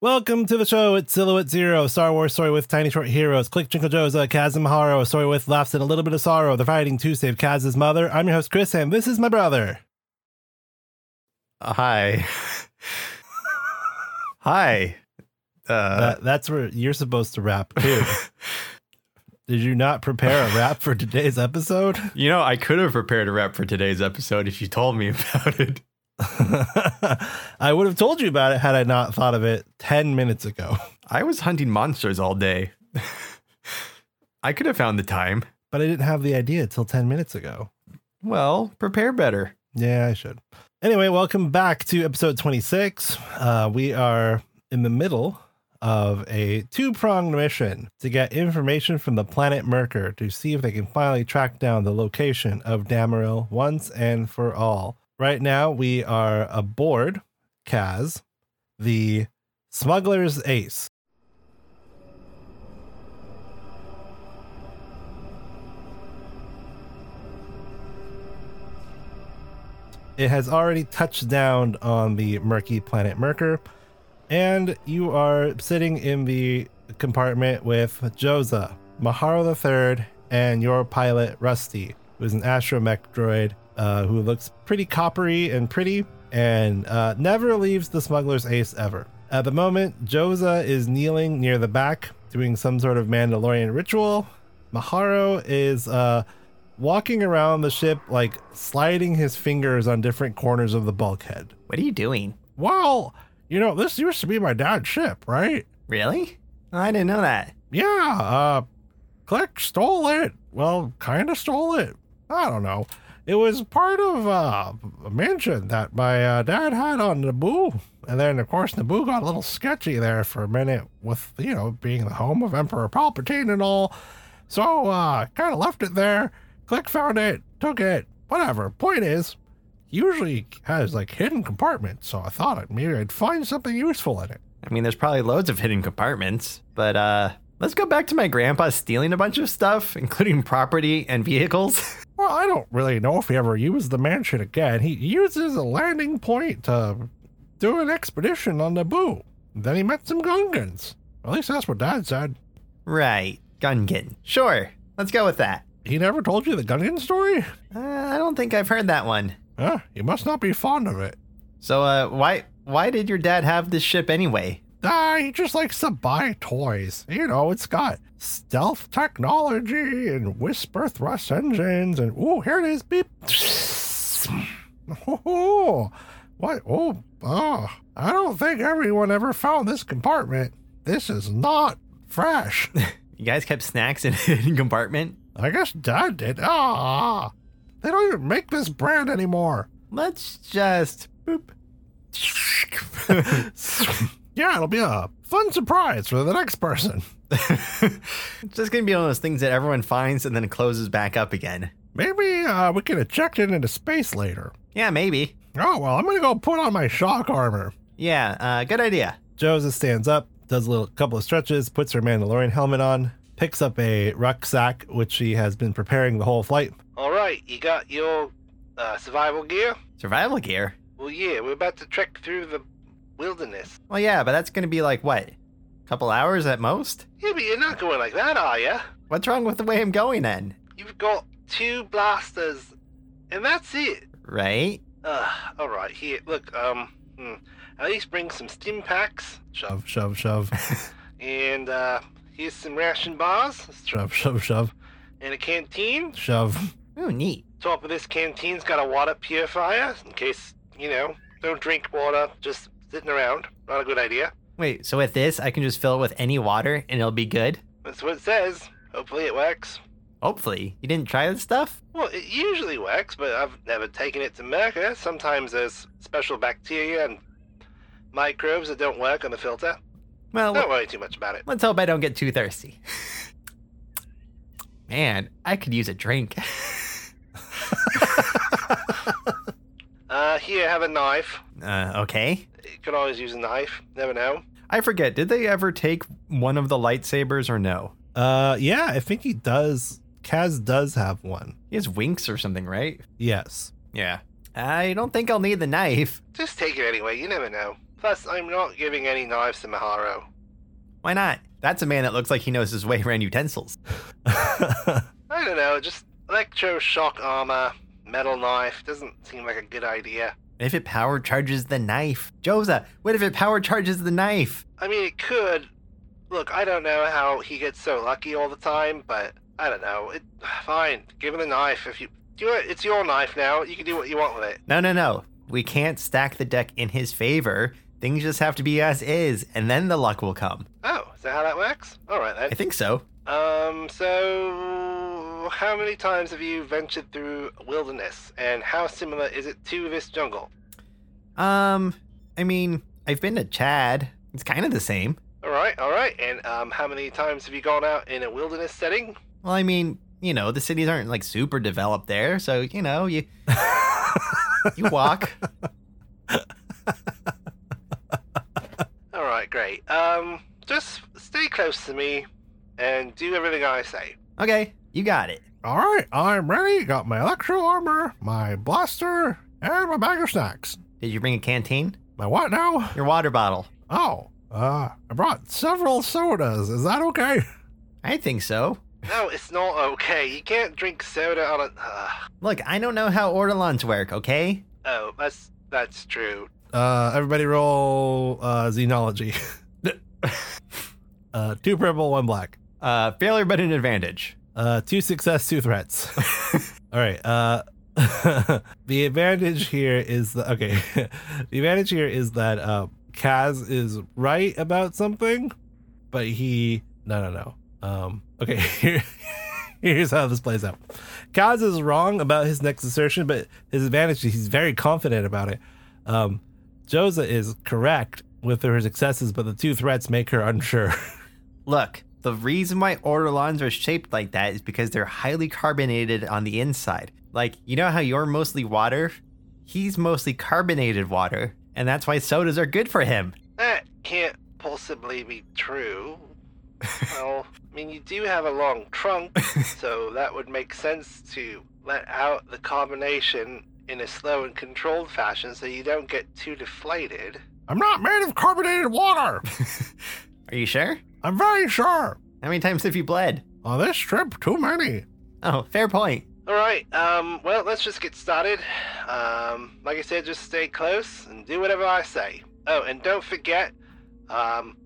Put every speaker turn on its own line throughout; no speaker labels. Welcome to the show. It's Silhouette Zero, Star Wars story with tiny short heroes. Click uh, Jinko Joza, Kazim Haro, a story with laughs and a little bit of sorrow. They're fighting to save Kaz's mother. I'm your host, Chris, and this is my brother.
Uh, hi. hi. Uh,
That- that's where you're supposed to rap, too. Did you not prepare a rap for today's episode?
you know, I could have prepared a rep for today's episode if you told me about it.
I would have told you about it had I not thought of it 10 minutes ago.
I was hunting monsters all day. I could have found the time.
But I didn't have the idea till 10 minutes ago.
Well, prepare better.
Yeah, I should. Anyway, welcome back to episode 26. Uh, we are in the middle of a two pronged mission to get information from the planet Merkur to see if they can finally track down the location of Damaril once and for all. Right now, we are aboard Kaz, the smuggler's ace. It has already touched down on the murky planet Merkur, and you are sitting in the compartment with Joza, Maharo III, and your pilot Rusty, who is an astromech droid uh, who looks pretty coppery and pretty, and uh, never leaves the smuggler's ace ever. At the moment, Joza is kneeling near the back, doing some sort of Mandalorian ritual. Maharo is uh, walking around the ship, like sliding his fingers on different corners of the bulkhead.
What are you doing?
Well, you know, this used to be my dad's ship, right?
Really? I didn't know that.
Yeah, uh, Click stole it. Well, kind of stole it. I don't know. It was part of uh, a mansion that my uh, dad had on Naboo. And then, of course, Naboo got a little sketchy there for a minute with, you know, being the home of Emperor Palpatine and all. So, uh, kind of left it there. Click found it, took it, whatever. Point is, he usually has like hidden compartments. So I thought I'd- maybe I'd find something useful in it.
I mean, there's probably loads of hidden compartments, but uh, let's go back to my grandpa stealing a bunch of stuff, including property and vehicles.
Well, I don't really know if he ever used the mansion again. He uses a landing point to do an expedition on Naboo. Then he met some Gungans. At least that's what Dad said.
right. Gungan. Sure. Let's go with that.
He never told you the Gungan story?
Uh, I don't think I've heard that one.
Huh? You must not be fond of it.
So, uh, why why did your dad have this ship anyway?
Ah, he just likes to buy toys. You know, it's got stealth technology and whisper thrust engines and oh, here it is, beep. Oh, what? Oh, oh, I don't think everyone ever found this compartment. This is not fresh.
You guys kept snacks in a hidden compartment?
I guess Dad did. Ah, they don't even make this brand anymore.
Let's just boop.
Yeah, it'll be a fun surprise for the next person.
it's just gonna be one of those things that everyone finds and then closes back up again.
Maybe uh, we can eject it into space later.
Yeah, maybe.
Oh, well, I'm going to go put on my shock armor.
Yeah, uh, good idea.
Joseph stands up, does a little couple of stretches, puts her Mandalorian helmet on, picks up a rucksack, which she has been preparing the whole flight.
All right, you got your uh, survival gear?
Survival gear.
Well, yeah, we're about to trek through the wilderness.
Well, yeah, but that's gonna be like what, couple hours at most.
Yeah, but you're not going like that, are you?
What's wrong with the way I'm going then?
You've got two blasters, and that's it.
Right?
Uh, all right, here, look, um, hmm, at least bring some stim packs, shove,
Shove, shove, shove,
and uh, here's some ration bars,
shove, shove, shove,
and a canteen.
shove.
Ooh, neat.
Top of this canteen's got a water purifier in case you know don't drink water just sitting around. Not a good idea.
Wait, so with this, I can just fill it with any water and it'll be good?
That's what it says. Hopefully, it works.
Hopefully. You didn't try this stuff?
Well, it usually works, but I've never taken it to Merca. Sometimes there's special bacteria and microbes that don't work on the filter.
Oh, Well,
Don't worry too much about it.
let's hope I don't get too thirsty. Man, I could use a drink.
Uh, here, have a knife.
Uh, okay.
You could always use a knife. Never know.
I forget, did they ever take one of the lightsabers or no?
Uh, yeah, I think he does. Kaz does have one.
He has winks or something, right?
Yes.
Yeah. I don't think I'll need the knife.
Just take it anyway. You never know. Plus, I'm not giving any knives to Maharo.
Why not? That's a man that looks like he knows his way around utensils.
I don't know, just electroshock armor, metal knife, doesn't seem like a good idea.
What if it power charges the knife? Joza, what if it power charges the knife?
I mean, it could. Look, I don't know how he gets so lucky all the time, but I don't know. It fine. Give him the knife if you do it. It's your knife now. You can do what you want with it.
No, no, no. We can't stack the deck in his favor. Things just have to be as is, and then the luck will come.
Oh, is that how that works? All right
I
then.
think so.
Um, so how many times have you ventured through wilderness, and how similar is it to this jungle?
Um, I mean, I've been to Chad. It's kind of the same.
All right, all right. And um, how many times have you gone out in a wilderness setting?
Well, I mean, you know, the cities aren't like super developed there, so you know, you you walk.
All right, great. Um, just stay close to me, and do everything I say.
okay, you got it.
All right, I'm ready. Got my electro armor, my blaster, and my bag of snacks.
Did you bring a canteen?
My what now?
Your water bottle?
Oh, uh, I brought several sodas. Is that okay?
I think so.
No, it's not okay. You can't drink soda on a. Ah.
Look, I don't know how Ortolans work. Okay,
oh, that's that's true.
Uh, everybody roll uh, xenology. uh, two purple, one black.
uh, failure but an advantage.
Uh, two success, two threats. All right. Uh, the advantage here is the okay. the advantage here is that uh, Kaz is right about something, but he no no no. Um, okay. Here, here's how this plays out. Kaz is wrong about his next assertion, but his advantage is he's very confident about it. Um, Joza is correct with her successes, but the two threats make her unsure.
Look, the reason why Ortolans are shaped like that is because they're highly carbonated on the inside. Like, you know how you're mostly water? He's mostly carbonated water, and that's why sodas are good for him.
That can't possibly be true. well, I mean, you do have a long trunk, so that would make sense to let out the carbonation in a slow and controlled fashion so you don't get too deflated.
I'm not made of carbonated water.
Are you sure?
I'm very sure.
How many times have you bled?
On this trip, too many.
Oh, fair point.
All right, um, well, let's just get started. Um, like I said, just stay close and do whatever I say. Oh, and don't forget, um,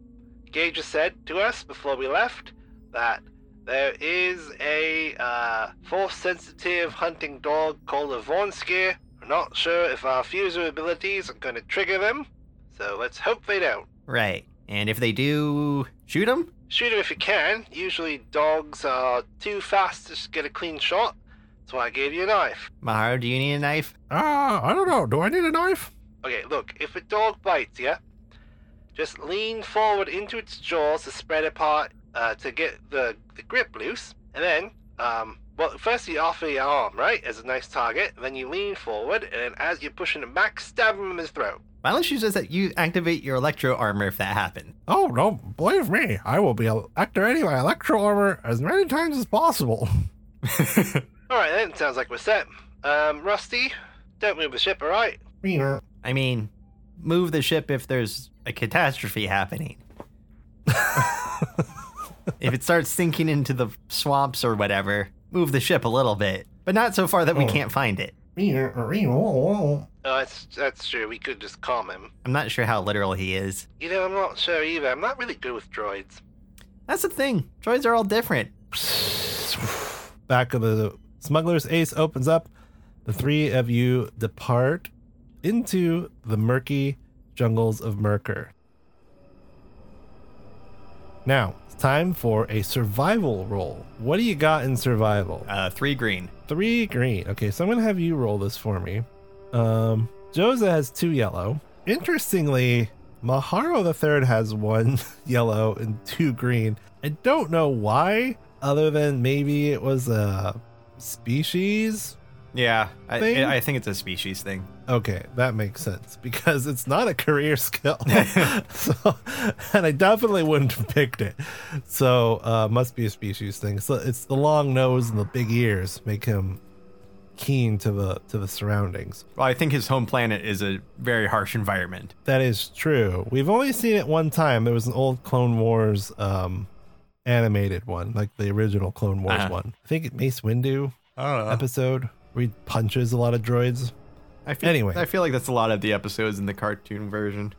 Gage just said to us before we left that there is a uh, force-sensitive hunting dog called a Vornskir. We're not sure if our fuser abilities are going to trigger them, so let's hope they don't.
Right. And if they do, shoot him?
Shoot him if you can. Usually, dogs are too fast to get a clean shot. That's why I gave you a knife.
Maharo, do you need a knife?
Ah, I don't know. Do I need a knife?
Okay, look, if a dog bites you, just lean forward into its jaws to spread apart uh, to get the, the grip loose, and then, um, well, first you offer your arm, right, as a nice target, then you lean forward, and then as you're pushing him back, stab him in his throat.
My last just that you activate your electro armor if that happened.
Oh, no, believe me. I will be activating my electro armor as many times as possible.
Alright, then, sounds like we're set. Um, Rusty, don't move the ship, alright?
I mean, move the ship if there's a catastrophe happening. if it starts sinking into the swamps or whatever, move the ship a little bit, but not so far that we can't find it.
Oh, that's, that's true, we could just calm him.
I'm not sure how literal he is.
You know, I'm not sure either, I'm not really good with droids.
That's the thing. Droids are all different.
Back of the smuggler's ace opens up. The three of you depart into the murky jungles of Merkur. Now, it's time for a survival roll. What do you got in survival?
Uh, three green.
Three green. Okay, so I'm gonna have you roll this for me. Um, Joza has two yellow. Interestingly, Maharo the third has one yellow and two green. I don't know why, other than maybe it was a species.
Yeah,
Thing?
I, I think it's a species thing.
Okay, that makes sense because it's not a career skill. so, and I definitely wouldn't have picked it. So, uh, must be a species thing. So, it's the long nose and the big ears make him keen to the to the surroundings.
Well, I think his home planet is a very harsh environment.
That is true. We've only seen it one time. There was an old Clone Wars um animated one, like the original Clone Wars
Uh-huh.
one. I think Mace Windu
I don't know.
episode where he punches a lot of droids.
I feel,
Anyway.
I feel like that's a lot of the episodes in the cartoon version.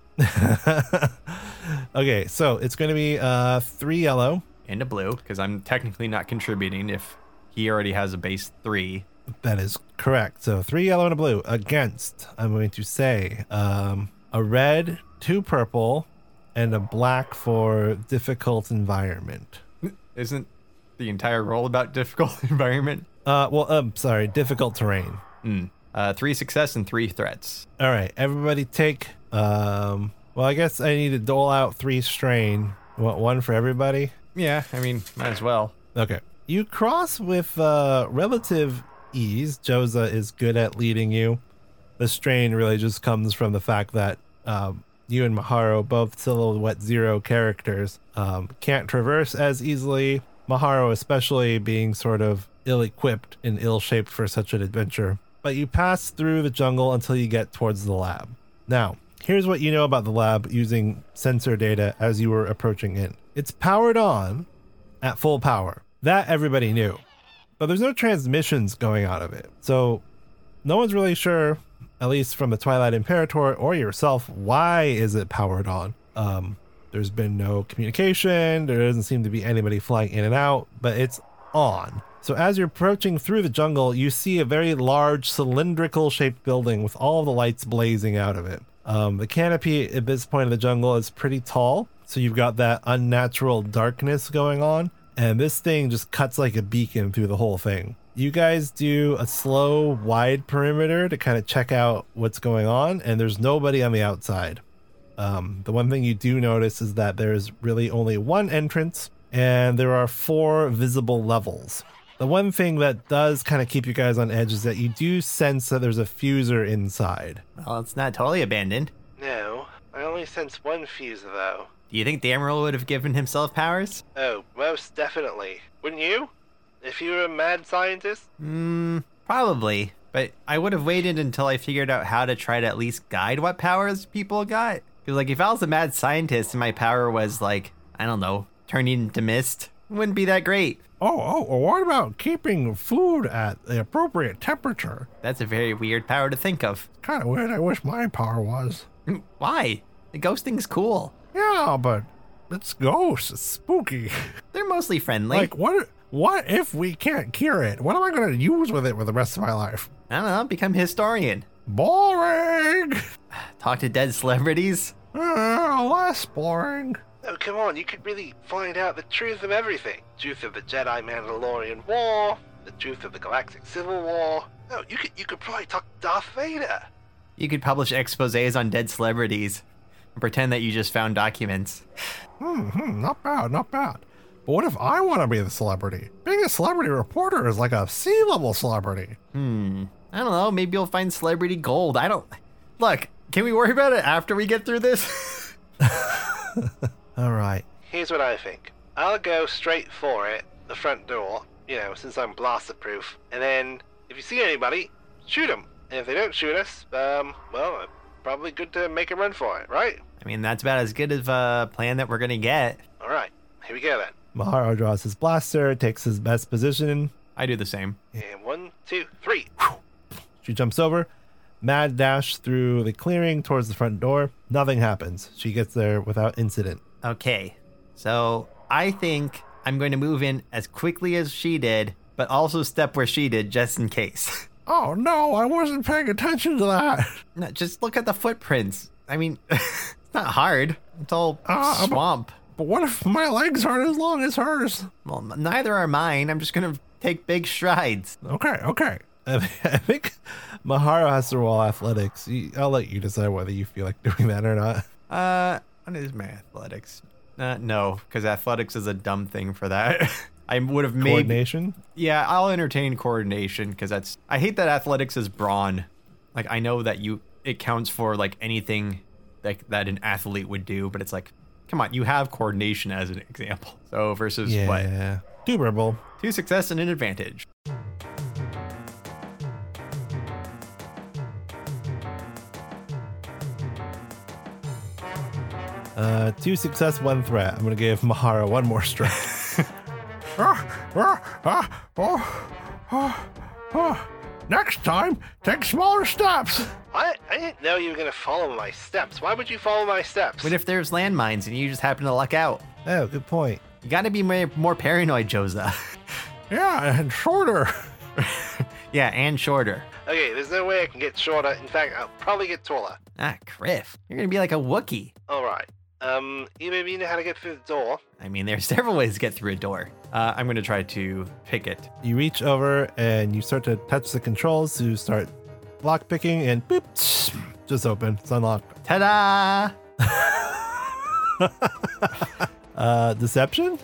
okay, so it's going to be uh three yellow.
And a blue, because I'm technically not contributing if he already has a base three.
That is correct. So three yellow and a blue against. I'm going to say um, a red, two purple, and a black for difficult environment.
Isn't the entire role about difficult environment?
Uh, well, um, sorry, difficult terrain.
Hmm. Uh, three success and three threats.
All right, everybody take. Um, well, I guess I need to dole out three strain. What one for everybody?
Yeah, I mean, might as well.
Okay. You cross with uh, relative ease. Joza is good at leading you. The strain really just comes from the fact that um, you and Maharo, both silhouette zero characters, um, can't traverse as easily. Maharo, especially, being sort of ill equipped and ill shaped for such an adventure. But you pass through the jungle until you get towards the lab. Now, here's what you know about the lab using sensor data as you were approaching it. It's powered on, at full power. That everybody knew. But there's no transmissions going out of it. So no one's really sure, at least from the Twilight Imperator or yourself, why is it powered on? Um, there's been no communication. There doesn't seem to be anybody flying in and out, but it's on. So as you're approaching through the jungle, you see a very large cylindrical shaped building with all the lights blazing out of it. Um, the canopy at this point of the jungle is pretty tall, so you've got that unnatural darkness going on, and this thing just cuts like a beacon through the whole thing. You guys do a slow, wide perimeter to kind of check out what's going on, and there's nobody on the outside. Um, the one thing you do notice is that there's really only one entrance, and there are four visible levels. The one thing that does kind of keep you guys on edge is that you do sense that there's a fuser inside.
Well, it's not totally abandoned.
No, I only sense one fuse though.
Do you think the Emerald would have given himself powers?
Oh, most definitely. Wouldn't you? If you were a mad scientist?
Hmm, probably. But I would have waited until I figured out how to try to at least guide what powers people got. Because, like, if I was a mad scientist and my power was, like, I don't know, turning into mist, it wouldn't be that great.
Oh, oh, oh, what about keeping food at the appropriate temperature?
That's a very weird power to think of.
Kind of weird. I wish my power was.
Why? The ghosting's cool.
Yeah, but it's ghosts. It's spooky.
They're mostly friendly.
Like, what? What if we can't cure it? What am I going to use with it for the rest of my life?
I don't know, become historian.
Boring.
Talk to dead celebrities.
Uh, less boring.
Oh, come on, you could really find out the truth of everything. Truth of the Jedi Mandalorian War, the truth of the Galactic Civil War. Oh, you could you could probably talk to Darth Vader.
You could publish exposés on dead celebrities and pretend that you just found documents.
Hmm, hmm, not bad, not bad. But what if I want to be the celebrity? Being a celebrity reporter is like a C-level celebrity.
Hmm. I don't know. Maybe you'll find celebrity gold. I don't. Look, can we worry about it after we get through this?
All right.
Here's what I think. I'll go straight for it, the front door, you know, since I'm blaster proof. And then, if you see anybody, shoot them. And if they don't shoot us, um, well, probably good to make a run for it, right?
I mean, that's about as good of a plan that we're gonna get.
Alright, here we go then.
Maharo draws his blaster, takes his best position.
I do the same.
And one, two, three.
She jumps over, mad dash through the clearing towards the front door. Nothing happens. She gets there without incident.
Okay. So I think I'm going to move in as quickly as she did, but also step where she did just in case.
Oh no, I wasn't paying attention to that.
No, just look at the footprints. I mean, it's not hard. It's all
Ah, I'm-
swamp.
But what if my legs aren't as long as hers?
Well, n- neither are mine. I'm just gonna take big strides.
Okay, okay. I think Maharo has to roll athletics. You- I'll let you decide whether you feel like doing that or not.
Uh, what is my athletics? Uh, no, because athletics is a dumb thing for that. I would have made.
Coordination?
Yeah, I'll entertain coordination because that's. I hate that athletics is brawn. Like I know that you it counts for like anything like that an athlete would do, but it's like, come on, you have coordination as an example. So versus what
Two purple.
two success and an advantage.
Uh, two success, one threat. I'm gonna give Mahara one more strike.
Next time, take smaller steps.
I, I didn't know you were gonna follow my steps. Why would you follow my steps?
What if there's landmines and you just happen to luck out?
Oh, good point.
You gotta be ma- more paranoid, Joza.
Yeah, and shorter.
yeah, and shorter.
okay, there's no way I can get shorter. In fact, uh, I'll probably get taller.
Ah, Criff. You're gonna be like a Wookiee.
All right. Um, you maybe know how to get through the door.
I mean, there's several ways to get through a door. Uh, I'm gonna try to pick it.
You reach over and you start to touch the controls to start lock picking, and boop, just open. It's unlocked.
Ta da!
Uh, deception?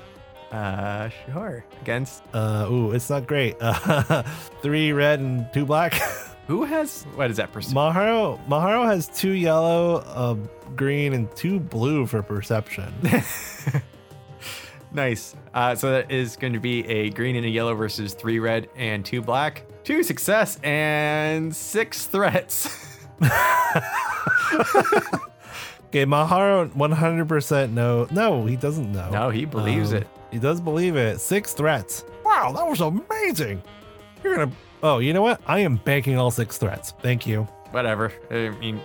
Uh, sure. Against
Uh, ooh, it's not great. Uh, three red and two black.
who has what is that perception?
Maharo Maharo has two yellow, uh, green, and two blue for perception.
nice. Uh, so that is going to be a green and a yellow versus three red and two black. Two success and six threats.
Okay, Maharo 100% no. No, he doesn't know.
no, he believes
Um,
it.
He does believe it. Six threats.
Wow, that was amazing.
You're gonna. Oh, you know what? I am banking all six threats. Thank you.
Whatever. I mean,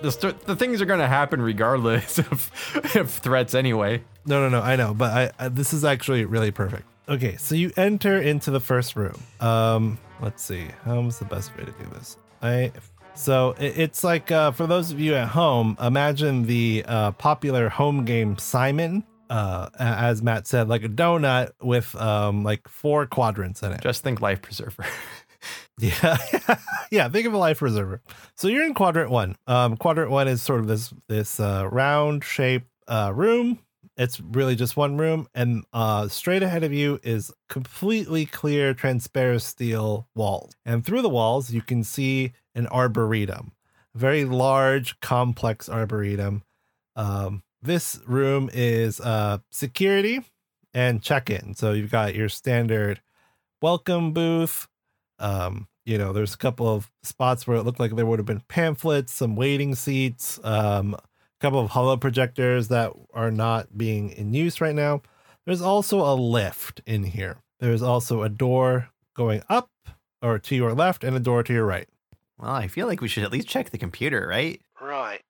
the st- the things are going to happen regardless of, of threats anyway.
No, no, no. I know, but I, I this is actually really perfect. Okay, so you enter into the first room. Um, let's see. How's the best way to do this? I so it, it's like uh, for those of you at home, imagine the uh, popular home game Simon. Uh, a- as Matt said, like a donut with um like four quadrants in it.
Just think life preserver.
Yeah. yeah. Think of a life preserver. So you're in quadrant one. Um, quadrant one is sort of this this uh, round shape uh, room. It's really just one room, and uh, straight ahead of you is completely clear, transparent steel walls. And through the walls, you can see an arboretum, a very large, complex arboretum. Um, this room is uh, security and check-in. So you've got your standard welcome booth, um, you know, there's a couple of spots where it looked like there would have been pamphlets, some waiting seats, um, a couple of hollow projectors that are not being in use right now. There's also a lift in here. There's also a door going up or to your left and a door to your right.
well, I feel like we should at least check the computer, right?
Right.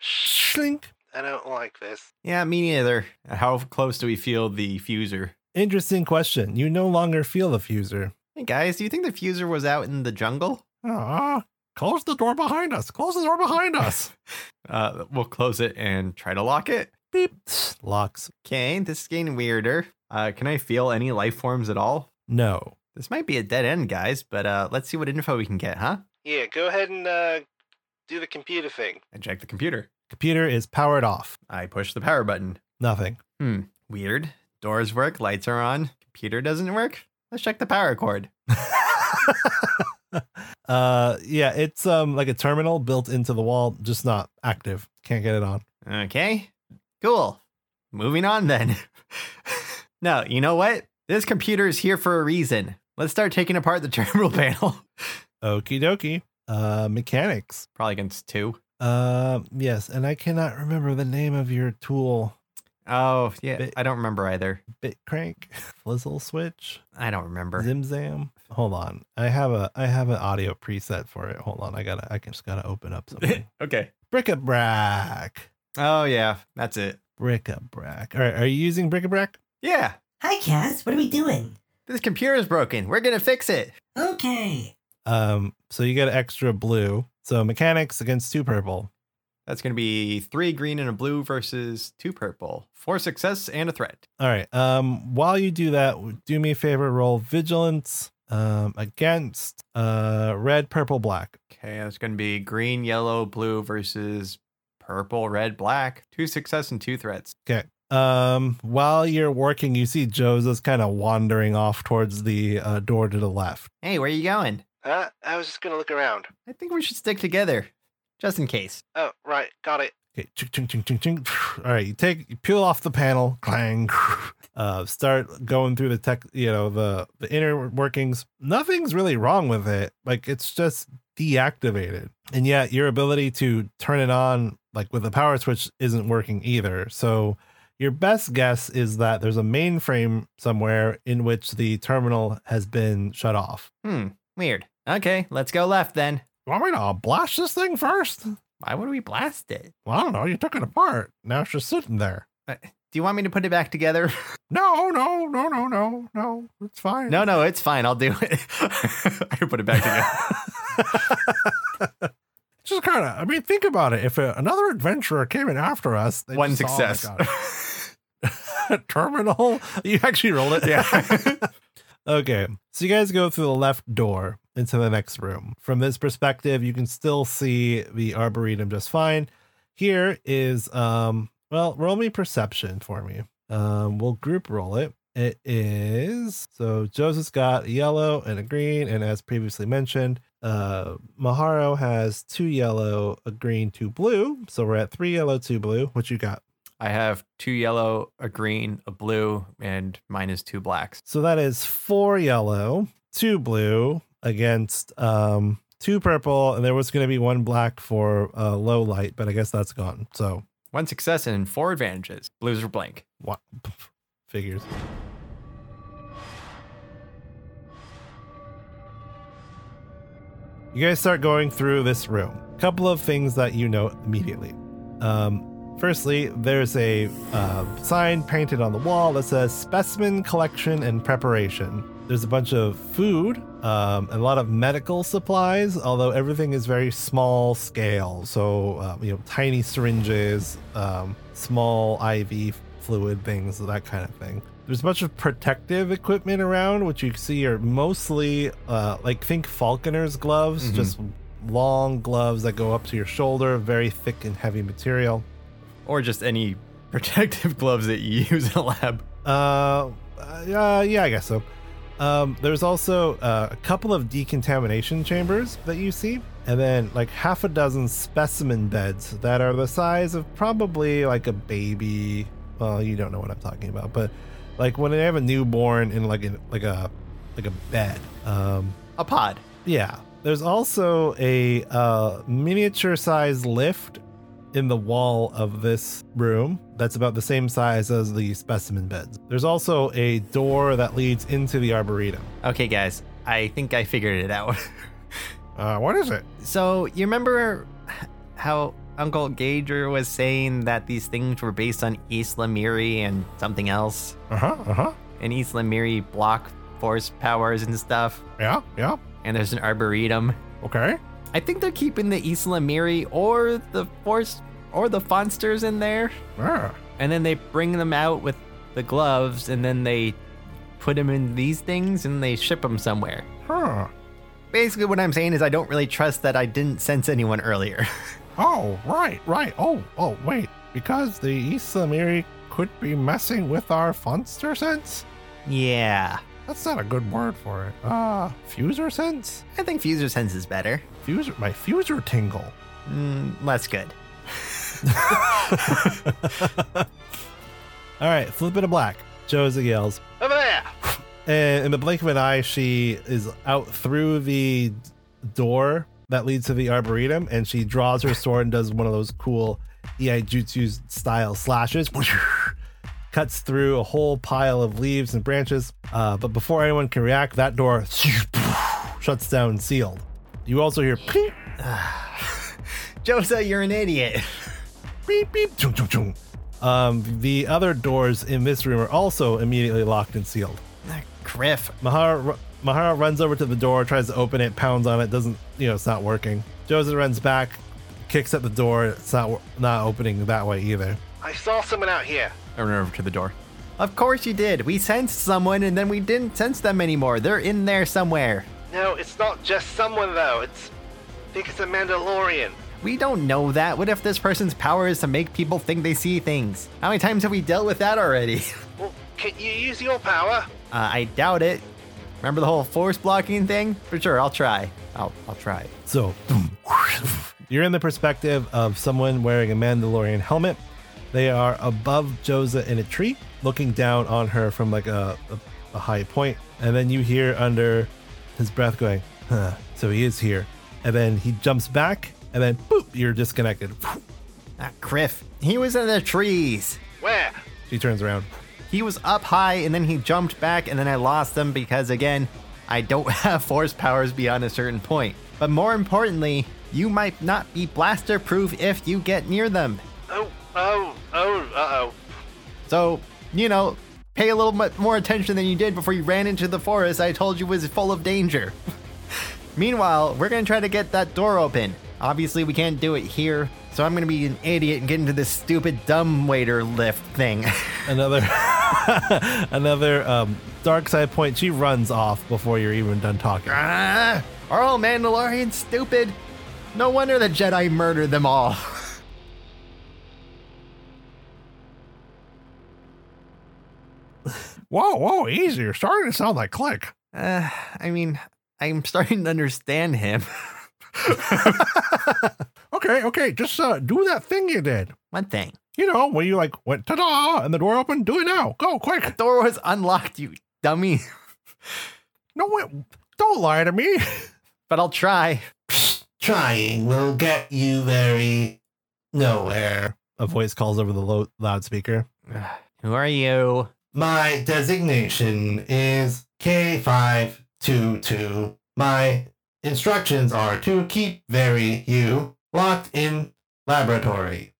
Schlink.
I don't like this.
Yeah, me neither. How close do we feel the fuser?
Interesting question. You no longer feel the fuser.
Hey guys, do you think the fuser was out in the jungle?
Ah, close the door behind us. Close the door behind us.
Uh, we'll close it and try to lock it.
Beep. Locks.
Okay, this is getting weirder. Uh, can I feel any life forms at all?
No.
This might be a dead end, guys, but uh, let's see what info we can get, huh?
Yeah, go ahead and uh, do the computer thing.
I check the computer.
Computer is powered off.
I push the power button.
Nothing.
Weird. Doors work, lights are on, computer doesn't work. Let's check the power cord.
uh yeah it's um like a terminal built into the wall just not active can't get it on
Okay, cool. Moving on then. no, you know what? This computer is here for a reason. Let's start taking apart the terminal panel.
okie dokie uh mechanics
Probably against two.
um yes and i cannot remember the name of your tool
Oh, yeah.
Bit-
I don't remember either.
bit crank flizzle switch
I don't remember.
zimzam hold on i have a i have an audio preset for it hold on i gotta i just gotta open up something
okay.
bric-a-brac
Oh, yeah. That's it.
bric-a-brac all right are you using bric-a-brac
Yeah.
Hi, Cass. What are we doing?
This computer is broken. We're going to fix it.
Okay.
um so you get an extra blue so mechanics against two purple
That's going to be three green and a blue versus two purple, four success and a threat.
All right. Um, while you do that, do me a favor. Roll vigilance um, against uh, red, purple, black.
Okay. That's going to be green, yellow, blue versus purple, red, black, two success and two threats.
Um, while you're working, you see Joe's is kind of wandering off towards the uh, door to the left.
Hey, where are you going?
Huh? I was just gonna look around.
I think we should stick together just in case.
Oh, right, got it.
Okay. Ching, ching, ching, ching, ching. All right. You take, you peel off the panel. Clang. Uh, start going through the tech, you know, the the inner workings. Nothing's really wrong with it. Like it's just deactivated, and yet your ability to turn it on like with the power switch isn't working either. So your best guess is that there's a mainframe somewhere in which the terminal has been shut off.
Hmm. Weird. Okay, let's go left then.
Want me to blast this thing first?
Why would we blast it?
Well, I don't know. You took it apart. Now it's just sitting there.
Do you want me to put it back together?
No, no, no, no, no, no. It's fine.
No, no, it's fine. I'll do it. I can put it back together.
just kind of. I mean, think about it. If uh another adventurer came in after us, they
One
just saw, oh my
success.
God, terminal. You actually rolled it.
yeah.
Okay, so you guys go through the left door into the next room. From this perspective, you can still see the arboretum just fine. Here is um, well, roll me perception for me. Um, we'll group roll it. It is so Joseph's got a yellow and a green, and as previously mentioned, uh, Maharo has two yellow, a green, two blue. So we're at three yellow, two blue. What you got?
I have two yellow, a green, a blue, and mine is two blacks.
So that is four yellow, two blue against um two purple, and there was going to be one black for uh, low light, but I guess that's gone. So
One success and four advantages. Blues are blank.
what figures? You guys start going through this room. Couple of things that you know immediately. Um, firstly, there's a uh, sign painted on the wall that says specimen collection and preparation. There's a bunch of food, um, and a lot of medical supplies, although everything is very small scale. So, uh, you know, tiny syringes, um, small IV fluid things, that kind of thing. There's a bunch of protective equipment around, which you see are mostly uh, like think falconer's gloves,
Mhm.
just long gloves that go up to your shoulder, very thick and heavy material.
Or just any protective gloves that you use in a lab.
Uh, uh yeah, I guess so. Um, there's also uh, a couple of decontamination chambers that you see, and then like half a dozen specimen beds that are the size of probably like a baby. Well, you don't know what I'm talking about, but like when they have a newborn in like a like a like a bed. Um,
A pod.
yeah. There's also a uh, miniature sized lift in the wall of this room that's about the same size as the specimen beds. There's also a door that leads into the arboretum.
Okay, guys, I think I figured it out.
Uh, what is it?
so, you remember how Uncle Gager was saying that these things were based on East Lemiri and something else?
Uh huh. Uh huh.
And East Lemiri block force powers and stuff.
Yeah. Yeah.
And there's an arboretum.
Okay.
I think they're keeping the East Lemiri or the force or the Fonsters in there.
Yeah.
and then they bring them out with the gloves and then they put them in these things and they ship them somewhere
Huh.
basically what i'm saying is i don't really trust that i didn't sense anyone earlier
Oh, right. Right. Oh, oh, wait. Because the East Samiri could be messing with our funster sense?
yeah
That's not a good word for it. Uh, fuser sense?
i think fuser sense is better
Fuser, my fuser tingle.
mm, less good
All right, flip it to black. Josie yells.
Over there!
And in the blink of an eye, she is out through the door that leads to the arboretum, and she draws her sword and does one of those cool EI Jutsu style slashes. Cuts through a whole pile of leaves and branches. Uh, but before anyone can react, that door shuts down sealed. You also hear beep,
josa you're an idiot
beep, beep, chung, chung, chung. Um, the other doors in this room are also immediately locked and sealed.
Ah, griff
Mahara, Mahara runs over to the door, tries to open it, pounds on it, doesn't, you know, it's not working. Joseph runs back, kicks at the door, it's not not opening that way either.
I saw someone out here.
i run over to the door of course you did we sensed someone and then we didn't sense them anymore they're in there somewhere
No, it's not just someone though. It's I think it's a Mandalorian.
we don't know that what if this person's power is to make people think they see things how many times have we dealt with that already
Well, can you use your power?
Uh, I doubt it. Remember the whole force blocking thing? For sure, I'll try. I'll, I'll try.
So you're in the perspective of someone wearing a Mandalorian helmet. They are above Joza in a tree, looking down on her from like a, a, a high point. And then you hear under his breath going, huh, so he is here. And then he jumps back, and then boop, you're disconnected.
Ah, Criff. He was in the trees.
Where?
She turns around.
He was up high and then he jumped back, and then I lost him because, again, I don't have force powers beyond a certain point. But more importantly, you might not be blaster proof if you get near them.
Oh, oh, oh, uh oh.
So, you know, pay a little bit more attention than you did before you ran into the forest I told you was full of danger. Meanwhile, we're gonna try to get that door open. Obviously, we can't do it here, so I'm gonna be an idiot and get into this stupid dumb waiter lift thing.
Another, another um, dark side point. She runs off before you're even done talking.
Ah, Are all Mandalorians stupid? No wonder the Jedi murdered them all.
Whoa, whoa, easy. You're starting to sound like Click.
Uh, I mean, I'm starting to understand him.
Okay, okay, just uh, do that thing you did.
One thing.
You know, when you like went ta da and the door opened, do it now. Go quick.
Door was unlocked, you dummy.
No, wait, don't lie to me.
But I'll try.
Trying will get you very nowhere.
A voice calls over the lo- loudspeaker.
Who are you?
My designation is K522. My instructions are to keep very you locked in laboratory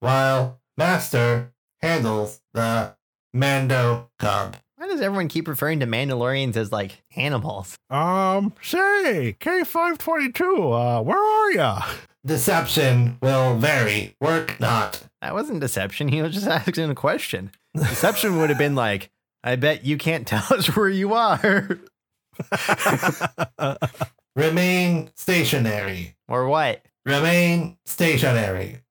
while master handles the Mando cub.
Why does everyone keep referring to Mandalorians as like animals?
Um, say, K522, uh, where are ya?
Deception will vary, work not.
That wasn't deception. He was just asking a question. Deception would have been like, I bet you can't tell us where you are.
Remain stationary.
or what?
Remain stationary.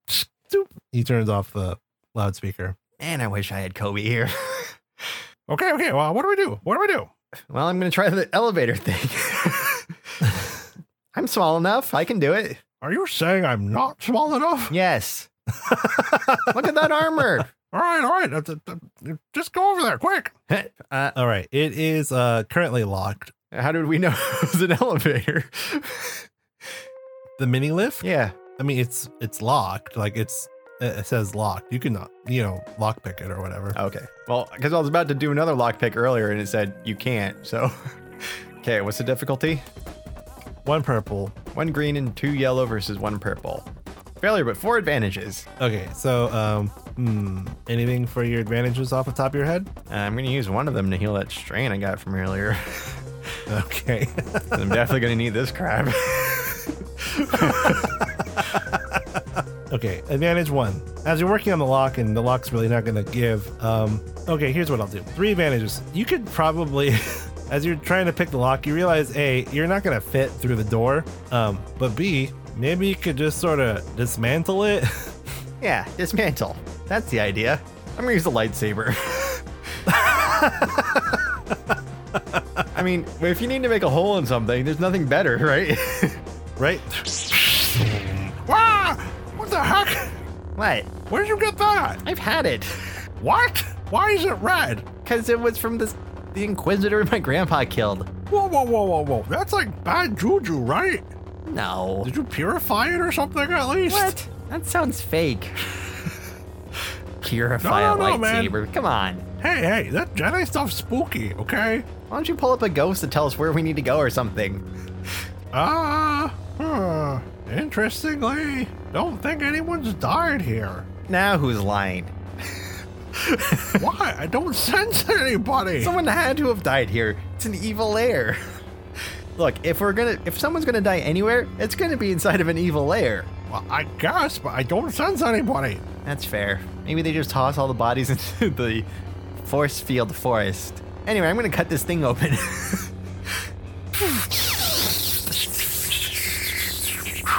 He turns off the loudspeaker.
Man, I wish I had Kobe here.
Okay, okay, well, what do we do? What do we do?
well, I'm going to try the elevator thing. I'm small enough. I can do it.
Are you saying I'm not small enough?
Yes. Look at that armor.
All right, all right. uh, uh, uh, Just go over there quick.
Uh,
All right, it is uh, currently locked.
how did we know it was an elevator?
The mini lift.
yeah.
I mean, it's it's locked. Like it's it says locked. You can not you know lock pick it or whatever.
Okay. Well, because I was about to do another lockpick earlier and it said you can't. So, okay, what's the difficulty?
One purple.
One green and two yellow versus one purple. Failure, but four advantages.
Okay, so um, hmm, anything for your advantages off the top of your head?
Uh, I'm going to use one of them to heal that strain I got from earlier.
Okay.
'Cause I'm definitely going to need this crab.
Okay, advantage one. As you're working on the lock, and the lock's really not going to give. Um, okay, here's what I'll do. Three advantages. You could probably, as you're trying to pick the lock, you realize a you're not going to fit through the door. Um, but b maybe you could just sort of dismantle it.
yeah, dismantle. That's the idea. I'm going to use the lightsaber. I mean, if you need to make a hole in something, there's nothing better, right?
right?
Wah! Ah, What the heck?
what?
Where'd you get that?
I've had it.
What? Why is it red?
Because it was from this, the Inquisitor my grandpa killed.
Whoa, whoa, whoa, whoa, whoa. That's like bad juju, right?
No.
Did you purify it or something at least?
What? That sounds fake. Purify a
No, no, no, man.
lightsaber. Come on.
Hey, hey, that Jedi stuff's spooky, okay?
Why don't you pull up a ghost to tell us where we need to go or something?
Ah, uh, interestingly, don't think anyone's died here.
Now who's lying?
Why? I don't sense anybody.
Someone had to have died here. It's an evil lair. Look, if we're gonna if someone's gonna die anywhere, it's gonna be inside of an evil lair.
Well, I guess, but I don't sense anybody.
That's fair. Maybe they just toss all the bodies into the force field forest. Anyway, I'm gonna cut this thing open.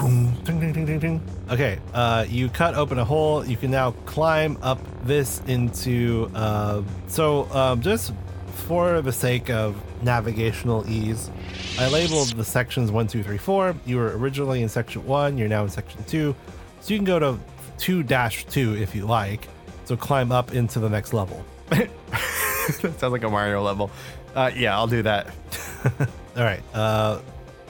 Ding, ding, ding, ding, ding. Okay, uh, you cut open a hole. You can now climb up this into. Uh, so, um, just for the sake of navigational ease, I labeled the sections one, two, three, four. You were originally in section one. You're now in section two. So you can go to two dash two if you like. So climb up into the next level.
that sounds like a Mario level. Uh, yeah, I'll do that.
All right. Uh,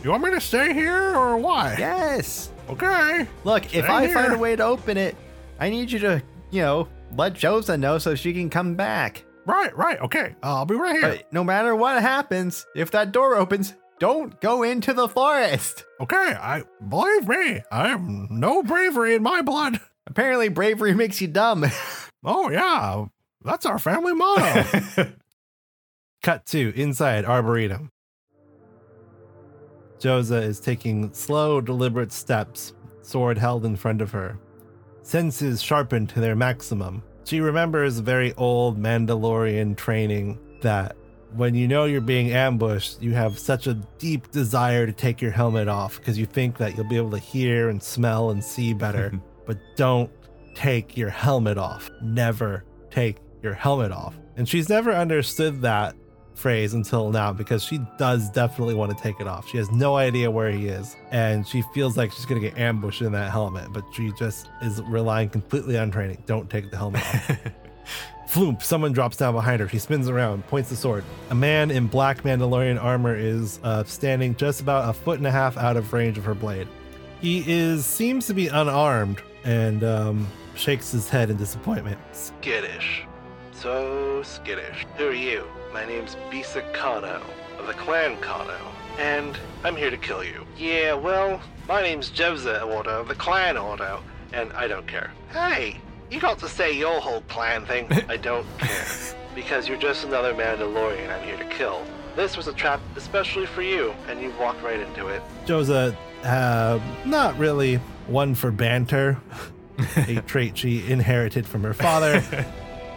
You want me to stay here or why?
Yes.
Okay.
Look, if
Stay
I
here.
find a way to open it, I need you to, you know, let Joza know so she can come back.
Right, right. Okay. I'll be right here.
But no matter what happens, if that door opens, don't go into the forest.
Okay. I believe me. I have no bravery in my blood.
Apparently, bravery makes you dumb.
Oh yeah. That's our family motto.
Cut to inside Arboretum. Joza is taking slow, deliberate steps, sword held in front of her. Senses sharpened to their maximum. She remembers very old Mandalorian training that when you know you're being ambushed, you have such a deep desire to take your helmet off because you think that you'll be able to hear and smell and see better. but don't take your helmet off. Never take your helmet off. And she's never understood that phrase until now because she does definitely want to take it off. She has no idea where he is and she feels like she's going to get ambushed in that helmet, but she just is relying completely on training. Don't take the helmet off. Floop, someone drops down behind her. She spins around, points the sword. A man in black Mandalorian armor is uh, standing just about a foot and a half out of range of her blade. He is seems to be unarmed and um, shakes his head in disappointment.
Skittish. So skittish. Who are you? My name's Bisa Kano, of the Clan Kano, and I'm here to kill you. Yeah, well, my name's Jevza Ordo, of the Clan Ordo, and I don't care. Hey, you got to say your whole clan thing. I don't care. Because you're just another Mandalorian I'm here to kill. This was a trap especially for you, and you walked right into it.
Joza, uh, not really one for banter, a trait she inherited from her father,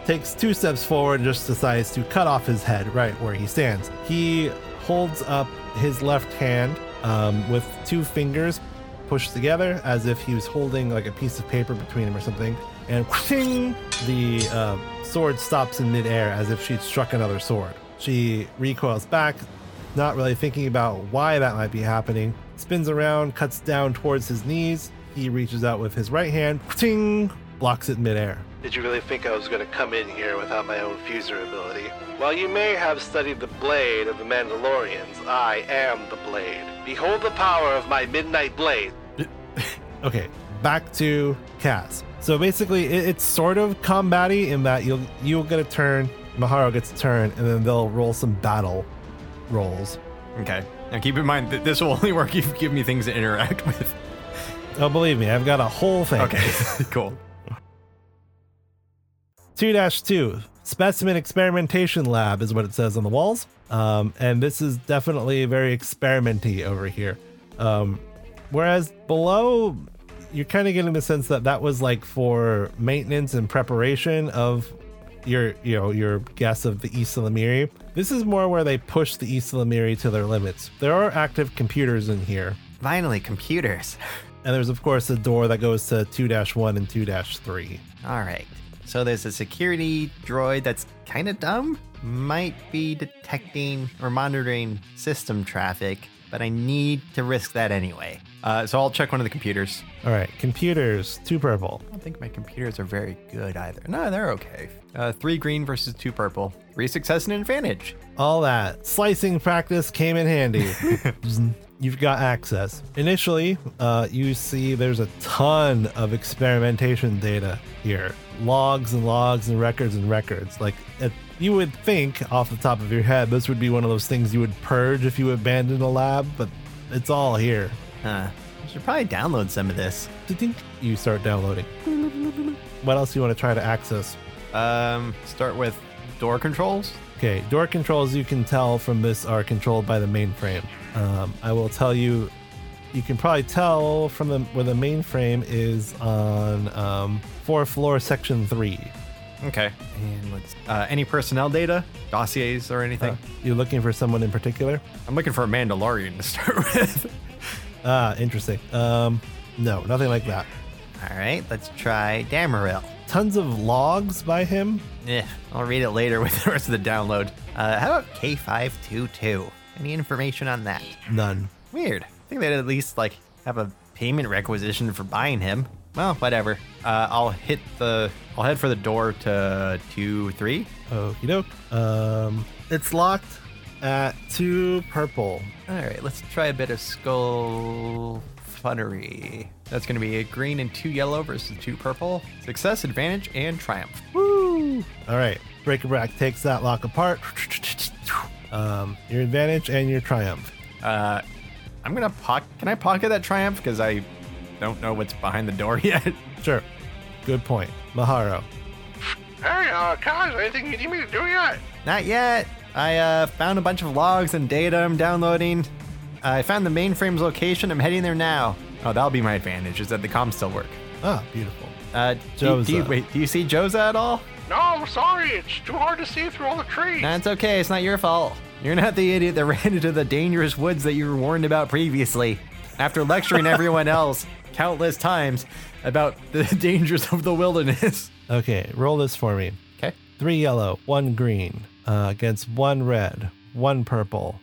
takes two steps forward and just decides to cut off his head right where he stands. He holds up his left hand um, with two fingers pushed together as if he was holding like a piece of paper between him or something. And whooshing, the uh, sword stops in midair as if she'd struck another sword. She recoils back, not really thinking about why that might be happening. Spins around, cuts down towards his knees. He reaches out with his right hand, ting, blocks it midair.
Did you really think I was going to come in here without my own fuser ability? While you may have studied the blade of the Mandalorians, I am the blade. Behold the power of my midnight blade.
Okay, back to Cass. So basically, it, it's sort of combatty in that you'll you'll get a turn, Maharo gets a turn, and then they'll roll some battle rolls.
okay. Now keep in mind that this will only work if you give me things to interact with.
Oh, believe me, I've got a whole thing.
Okay, cool.
2-2 specimen experimentation lab is what it says on the walls um, and this is definitely very experimenty over here um, whereas below you're kind of getting the sense that that was like for maintenance and preparation of your you know your guess of the East Lemiri. This is more where they push the East Lemiri to their limits. There are active computers in here,
Finally, computers.
and there's of course a door that goes to 2-1 and 2-3.
All right. So there's a security droid that's kind of dumb, might be detecting or monitoring system traffic, but I need to risk that anyway. Uh, so I'll check one of the computers.
All right, computers, two purple.
I don't think my computers are very good either. No, they're okay. Uh, three green versus two purple. Three success and an advantage.
All that slicing practice came in handy. You've got access. Initially, uh, you see there's a ton of experimentation data here logs and logs and records and records. Like, it, you would think off the top of your head, this would be one of those things you would purge if you abandoned a lab, but it's all here.
Huh. I should probably download some of this.
Ding-ding. You start downloading. What else do you want to try to access?
Um, start with door controls.
Okay, door controls you can tell from this are controlled by the mainframe. Um, I will tell you, you can probably tell from the where the mainframe is on um, fourth floor, section three.
Okay. And let's. Uh, any personnel data, dossiers, or anything?
You're looking for someone in particular?
I'm looking for a Mandalorian to start with.
Ah, interesting. Um, no, nothing like that.
All right, let's try Damaril.
Tons of logs by him.
Eh, I'll read it later with the rest of the download. Uh, how about K522? Any information on that?
None.
Weird. I think they'd at least like have a payment requisition for buying him. Well, whatever. Uh, I'll hit the. I'll head for the door to two three.
Okie doke. Um, it's locked at two purple.
All right, let's try a bit of skull funnery. That's going to be a green and two yellow versus two purple. Success, advantage, and triumph.
Woo! All right, Breaker Rack takes that lock apart. Um, your advantage and your triumph.
Uh, I'm going to pocket. Can I pocket that triumph? Because I don't know what's behind the door yet.
Sure. Good point. Maharo.
Hey, uh, Kaz, anything you need me to do yet?
Not yet. I uh, found a bunch of logs and data I'm downloading. I found the mainframe's location. I'm heading there now. Oh, that'll be my advantage, is that the comms still work.
Ah, beautiful.
Uh, do, do you,
Joza.
wait, do you see Joza at all?
No, sorry, it's too hard to see through all the trees.
That's okay. It's not your fault. You're not the idiot that ran into the dangerous woods that you were warned about previously. After lecturing everyone else countless times about the dangers of the wilderness.
Okay, roll this for me.
Okay.
Three yellow, one green, uh, against one red, one purple,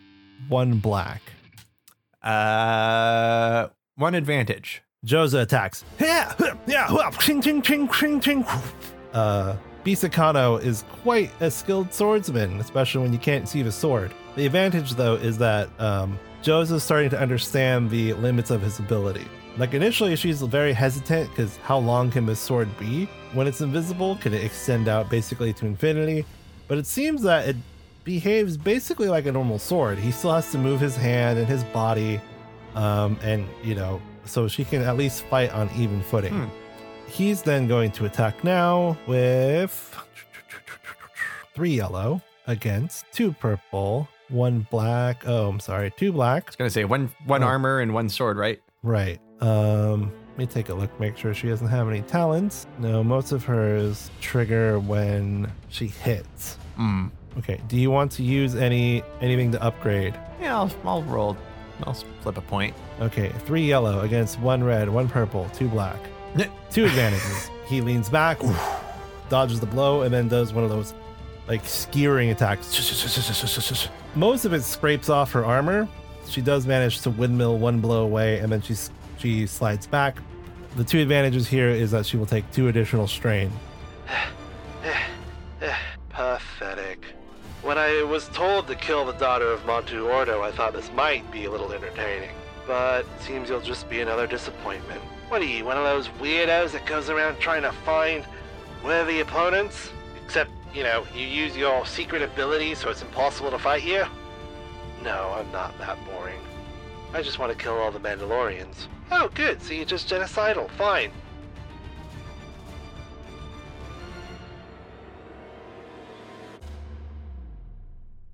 one black.
Uh, one advantage.
Joza attacks. Yeah, yeah, well, ching, ching, ching, ching, ching. Uh, Bisakano is quite a skilled swordsman, especially when you can't see the sword. The advantage, though, is that um, Joza's starting to understand the limits of his ability. Like, initially, she's very hesitant because how long can this sword be? When it's invisible, can it extend out basically to infinity? But it seems that it behaves basically like a normal sword. He still has to move his hand and his body um, and you know, so she can at least fight on even footing.
Hmm.
He's then going to attack now with three yellow against two purple, one black. Oh, I'm sorry, two black.
I was gonna say one one
Oh.
armor and one sword, right?
Right. Um, let me take a look, make sure she doesn't have any talents. No, most of hers trigger when she hits.
Hmm.
Okay. Do you want to use any anything to upgrade?
Yeah, I'll, I'll roll. I'll flip a point.
Okay, three yellow against one red, one purple, two black.
Yeah.
two advantages. He leans back, dodges the blow, and then does one of those like skewering attacks. Most of it scrapes off her armor. She does manage to windmill one blow away, and then she s- she slides back. The two advantages here is that she will take two additional strain.
Pathetic. When I was told to kill the daughter of Montu Ordo, I thought this might be a little entertaining. But it seems you'll just be another disappointment. What are you, one of those weirdos that goes around trying to find worthy opponents? Except, you know, you use your secret ability so it's impossible to fight you? No, I'm not that boring. I just want to kill all the Mandalorians. Oh, good, so you're just genocidal. Fine.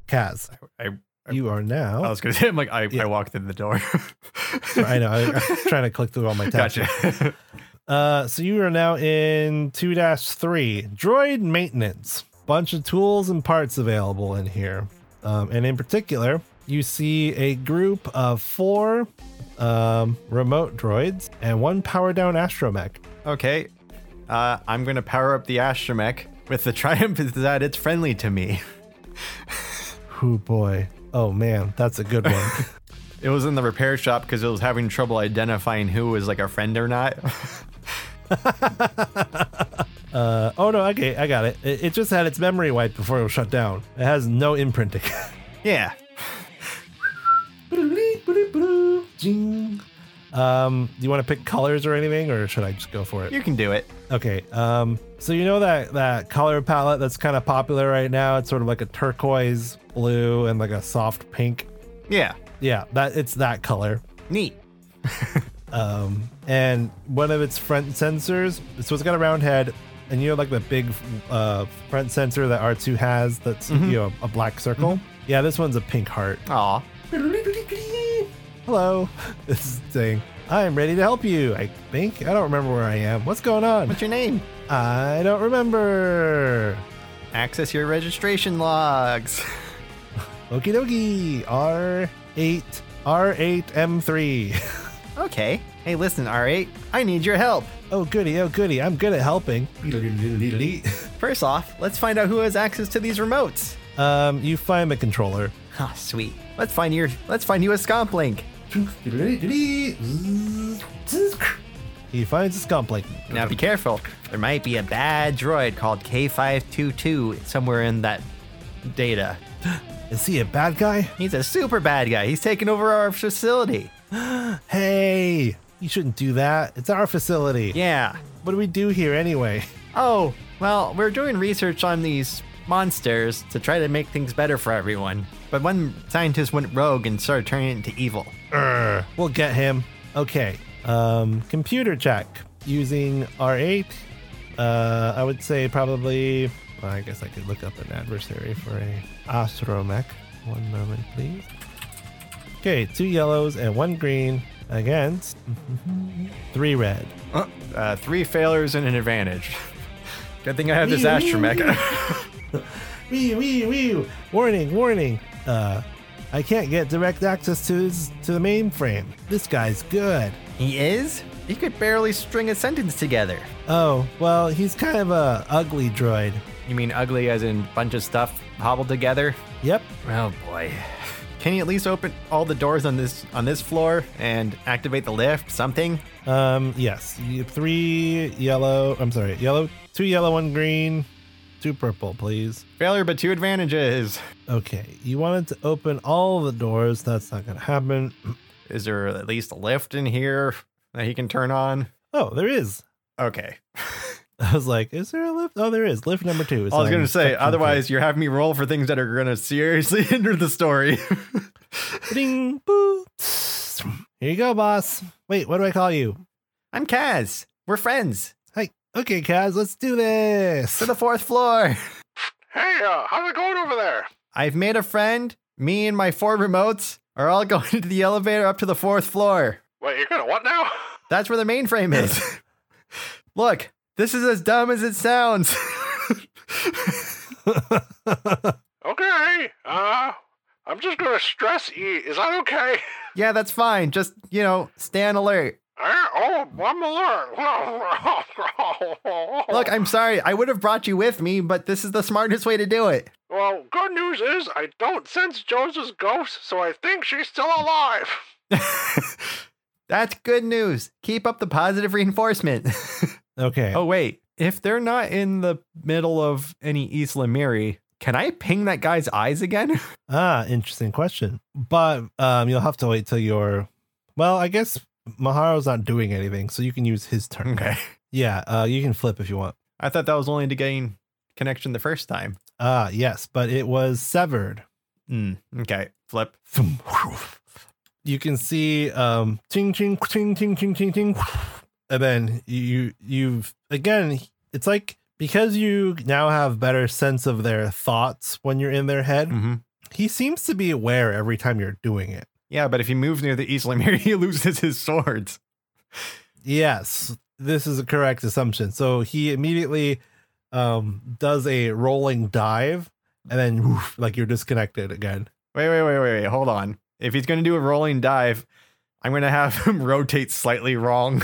Kaz,
I, Oh,
you are now.
I was gonna say, I'm like, I,
Yeah.
I walked in the door.
I know. I, I'm trying to click through all my tabs.
Gotcha.
Uh, so you are now in 2-3 droid maintenance. Bunch of tools and parts available in here, um, and in particular, you see a group of four um, remote droids and one power down astromech.
Okay. Uh, I'm going to power up the astromech with the triumph is that it's friendly to me.
Whoo boy! Oh man, that's a good one.
It was in the repair shop because it was having trouble identifying who was like a friend or not.
uh, oh no, okay, I got it. it. It just had its memory wiped before it was shut down. It has no imprinting.
yeah.
Jing. Um, do you want to pick colors or anything, or should I just go for it?
You can do it.
Okay. Um. So you know that that color palette that's kind of popular right now. It's sort of like a turquoise blue and like a soft pink.
Yeah.
Yeah. That it's that color.
Neat.
Um. And one of its front sensors. So it's got a round head, and you know like the big uh front sensor that R2 has. That's
Mhm.
you know a black circle. Yeah. This one's a pink heart.
Aw.
Hello. This is saying I am ready to help you. I think I don't remember where I am. What's going on?
What's your name?
I don't remember.
Access your registration logs.
Okie dokie. R8. R8M3.
okay. Hey, listen, R8, I need your help.
Oh, goody. Oh, goody. I'm good at helping.
First off, let's find out who has access to these remotes.
Um, you find the controller.
Ah, sweet. Let's find your let's find you a scomp link.
He finds a scump like
Now be careful. There might be a bad droid called K522 somewhere in that data.
Is he a bad guy?
He's a super bad guy. He's taking over our facility.
Hey, You shouldn't do that. It's our facility.
Yeah.
What do we do here anyway?
Oh, well, we're doing research on these monsters to try to make things better for everyone. But one scientist went rogue and started turning it into evil.
Err, we'll get him. Okay. Um, computer check using R8. Uh, I would say probably. Well, I guess I could look up an adversary for a astromech. One moment, please. Okay, two yellows and one green against three red.
Uh, three failures and an advantage. Good thing I have this astromech.
Wee wee wee! Warning, warning! Uh, I can't get direct access to his, to the mainframe. This guy's good.
he is? He could barely string a sentence together.
Oh, well, he's kind of a ugly droid.
You mean ugly as in bunch of stuff hobbled together?
Yep.
Oh boy. Can you at least open all the doors on this on this floor and activate the lift? Something?
Um, yes. You- Three yellow. I'm sorry. Yellow. Two yellow, one green, two purple, please.
Failure but two advantages.
Okay. You wanted to open all the doors. That's not going to happen.
Is there at least a lift in here that he can turn on?
Oh, there is.
Okay.
I was like, is there a lift? Oh, there is. Lift number two. is
I was
on
going to say,
section
otherwise, you're having me roll for things that are going to seriously hinder the story.
two. Ding, boo. Here you go, boss. Wait, what do I call you?
I'm Kaz. We're friends.
Hey, okay, Kaz, let's do this.
To the fourth floor.
Hey, uh, how's it going over there?
I've made a friend. Me and my four remotes are all going to the elevator up to the fourth floor.
Wait, you're gonna what now?
That's where the mainframe is. Look, this is as dumb as it sounds.
Okay. Uh, I'm just gonna stress eat. Is that okay?
yeah, that's fine. Just, you know, stand alert.
Eh, oh, I'm alert.
Look, I'm sorry. I would have brought you with me, but this is the smartest way to do it.
Well, good news is I don't sense Joseph's ghost, so I think she's still alive.
That's good news. Keep up the positive reinforcement.
okay.
oh, wait. If they're not in the middle of any Isla Miri, can I ping that guy's eyes again?
Ah, interesting question. But um, you'll have to wait till your. Well, I guess Maharo's not doing anything, so you can use his turn. Yeah, uh, you can flip if you want.
I thought that was only to gain connection the first time.
Ah, yes, but it was severed.
Mm, okay. Flip.
Thum, whew. You can see um, ting ting ting ting ting ting ting, and then you you've again. It's like because you now have better sense of their thoughts when you're in their head.
Mm-hmm.
He seems to be aware every time you're doing it.
Yeah, but if he moves near the Isla Miri, he loses his swords.
Yes, this is a correct assumption. So he immediately um, does a rolling dive, and then woof, like you're disconnected again.
Wait, wait, wait, wait, wait. Hold on. If he's going to do a rolling dive, I'm going to have him rotate slightly wrong.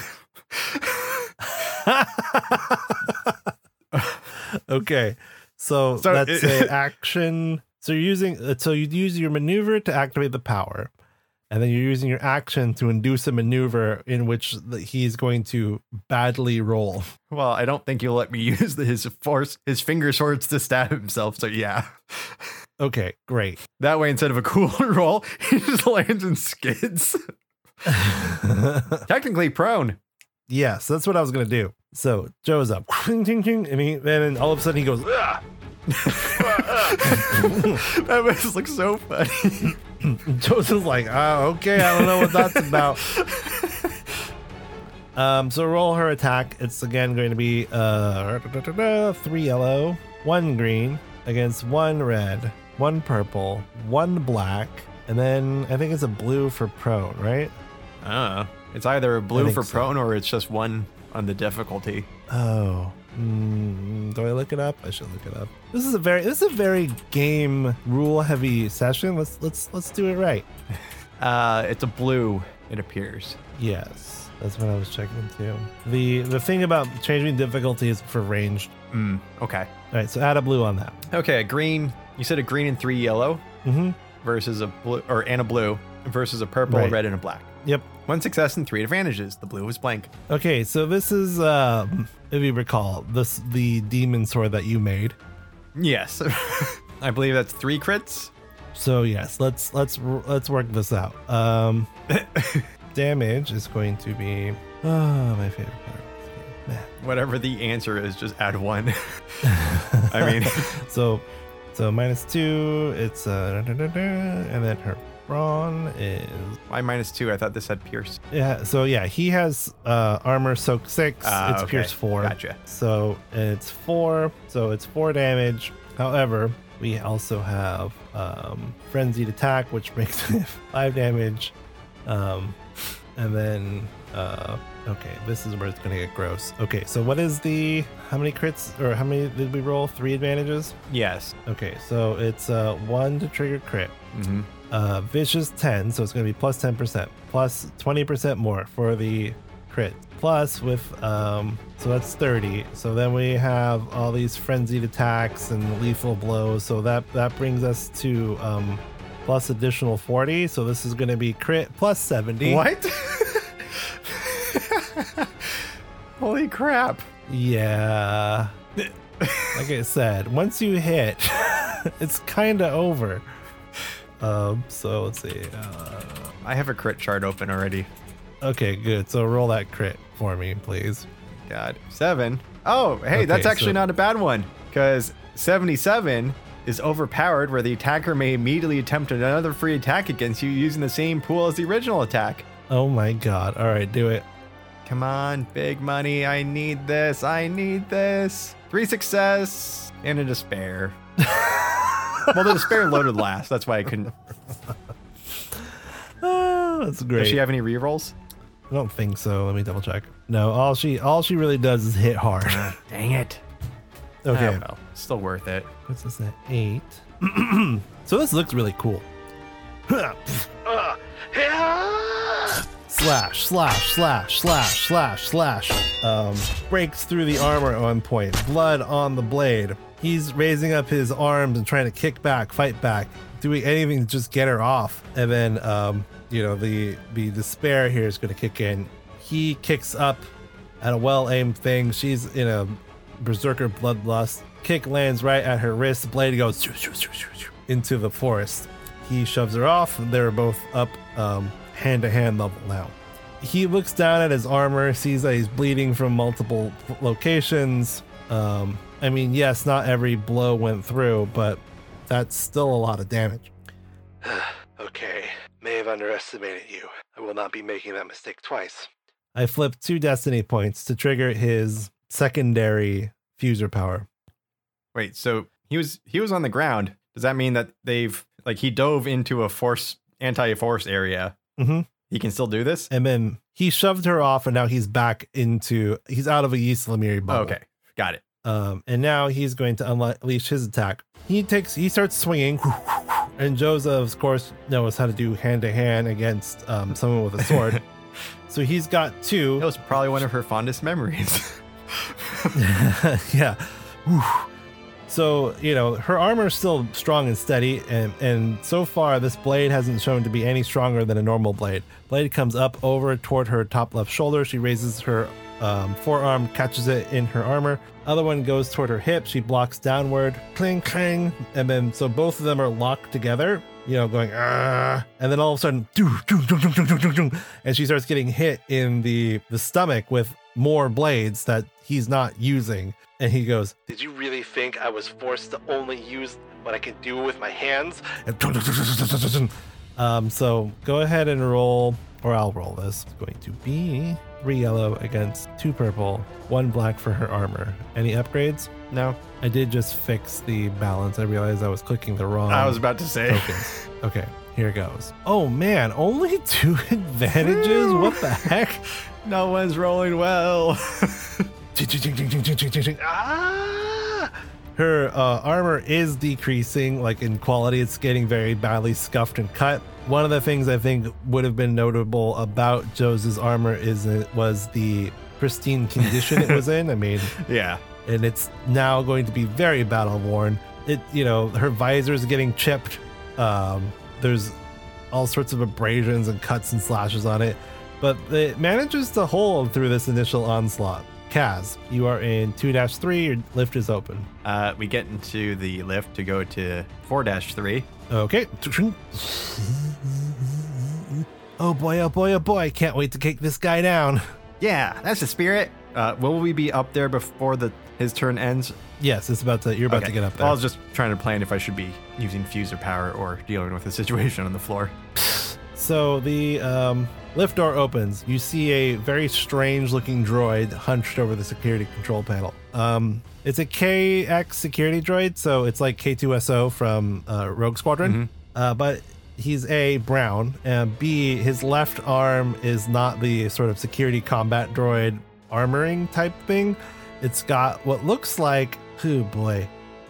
okay, so,
So
that's
it-
a action. So you're using uh, so you use your maneuver to activate the power, and then you're using your action to induce a maneuver in which the, he's going to badly roll.
well, I don't think you'll let me use the- his force, his finger swords to stab himself. So yeah,
Okay, great.
that way instead of a cool roll, he just lands and skids. Technically prone.
Yes, that's what I was gonna do. So Joe's up, ting, ting, ting, and, he, and then all of a sudden he goes,
Ugh.
that just looks so funny.
Joseph's like, oh, okay, I don't know what that's about. um, so roll her attack. It's again going to be uh, three yellow, one green against one red, one purple, one black, and then I think it's a blue for prone, right?
Uh, it's either a blue
Uh-huh. think
for
so.
prone or it's just one on the difficulty.
Oh, mm, do I look it up? I should look it up. This is a very this is a very game rule heavy session. Let's let's let's do it right.
Uh, it's a blue, it appears.
Yes, that's what I was checking too. The the thing about changing difficulty is for ranged.
Mm, okay.
All right, so add a blue on that.
Okay, a green. You said a green and three yellow
Mm-hmm.
versus a blue, or and a blue versus a purple, a
Right.
red, and a black.
Yep.
One success and three advantages. The blue is blank.
Okay, so this is um, if you recall this the demon sword that you made.
Yes, I believe that's three crits.
So yes, let's let's let's work this out. Um, damage is going to be. Oh, my favorite part. of this game, math.
Whatever the answer is, just add one. I mean,
so so minus two it's uh da, da, da, da, and then her brawn is
my minus two. I thought this had pierce.
yeah so yeah he has uh armor soak six
Ah,
it's
okay.
pierce four
Gotcha.
so it's four so it's four damage however we also have um frenzied attack which makes it five damage um and then uh okay this is where it's gonna get gross okay so what is the how many crits or how many did we roll three advantages
Yes.
Okay, so it's uh, one to trigger crit.
Mm-hmm.
Uh, vicious 10, so it's going to be plus 10%, plus 20% more for the crit. Plus, with um, so that's 30. So then we have all these frenzied attacks and lethal blows. So that that brings us to um, plus additional 40. So this is going to be crit plus 70.
What? Holy crap!
Yeah. like I said, once you hit, it's kind of over. Um, so let's see. Uh,
I have a crit chart open already.
okay, good. So roll that crit for me, please.
God, seven. Oh, hey, that's
Okay,
actually
so-
not a bad one because seventy-seven is overpowered, where the attacker may immediately attempt another free attack against you using the same pool as the original attack.
Oh my god. All right, do it.
Come on, big money. I need this. I need this. Three success and a despair. well, the despair loaded last. That's why I couldn't.
Oh, that's great.
Does she have any rerolls?
I don't think so. Let me double check. No, all she all she really does is hit hard.
Dang it.
okay.
Oh, well, still worth it.
What's this at? Eight. so this looks really cool.
Ugh. Yeah.
slash slash slash slash slash slash um, breaks through the armor at one point blood on the blade he's raising up his arms and trying to kick back fight back doing anything to just get her off and then um, you know the the despair here is going to kick in he kicks up at a well-aimed thing she's in a berserker bloodlust kick lands right at her wrist blade goes shoo, shoo, shoo, shoo, shoo, into the forest he shoves her off. They're both up um, hand to hand level now. He looks down at his armor, sees that he's bleeding from multiple f- locations. Um, I mean, yes, not every blow went through, but that's still a lot of damage.
Okay. May have underestimated you. I will not be making that mistake twice.
I flip two destiny points to trigger his secondary fuser power.
Wait, so he was he was on the ground. Does that mean that they've like he dove into a force anti-force area?
Mhm.
He can still do this.
And then he shoved her off, and now he's back into, he's out of a Yeast Lemiri bubble.
okay, got it.
Um, and now he's going to unleash his attack. He takes, he starts swinging, and Joseph, of course, knows how to do hand to hand against um, someone with a sword. so he's got
That
two.
was probably one of her fondest memories.
yeah. Whew. So you know her armor is still strong and steady, and and so far this blade hasn't shown to be any stronger than a normal blade. Blade comes up over toward her top left shoulder. She raises her um, forearm, catches it in her armor. Other one goes toward her hip. She blocks downward, cling clang, and then so both of them are locked together. You know, going ah, and then all of a sudden, doo, doo, doo, doo, doo, doo, doo, doo, and she starts getting hit in the the stomach with more blades that he's not using. And he goes,
Did you really think I was forced to only use what I can do with my hands?
Um, so go ahead and roll, or I'll roll this. It's going to be three yellow against two purple, one black for her armor. Any upgrades?
no,
I did just fix the balance. I realized I was clicking the wrong.
I was about to say.
tokens. Okay, here goes. Oh man, only two advantages. What the heck?
No one's rolling well.
Ah!
Her uh, armor is decreasing, like in quality. It's getting very badly scuffed and cut. One of the things I think would have been notable about Joe's armor is it was the pristine condition it was in. I mean,
yeah.
and it's now going to be very battle worn. It, you know, her visor is getting chipped. Um, there's all sorts of abrasions and cuts and slashes on it, but it manages to hold through this initial onslaught. Kaz, you are in 2 3, your lift is open.
Uh, we get into the lift to go to 4 3.
Okay. Oh boy, oh boy, oh boy, can't wait to kick this guy down.
Yeah, that's the spirit. Uh, will we be up there before the his turn ends?
Yes, it's about to, you're about to
Okay.
get up there.
I was just trying to plan if I should be using fuser power or dealing with the situation on the floor.
So the um, lift door opens. You see a very strange looking droid hunched over the security control panel. Um, it's a KX security droid, so it's like K2SO from uh, Rogue Squadron. Uh, but he's A, brown, and B, his left arm is not the sort of security combat droid armoring type thing. It's got what looks like, oh boy,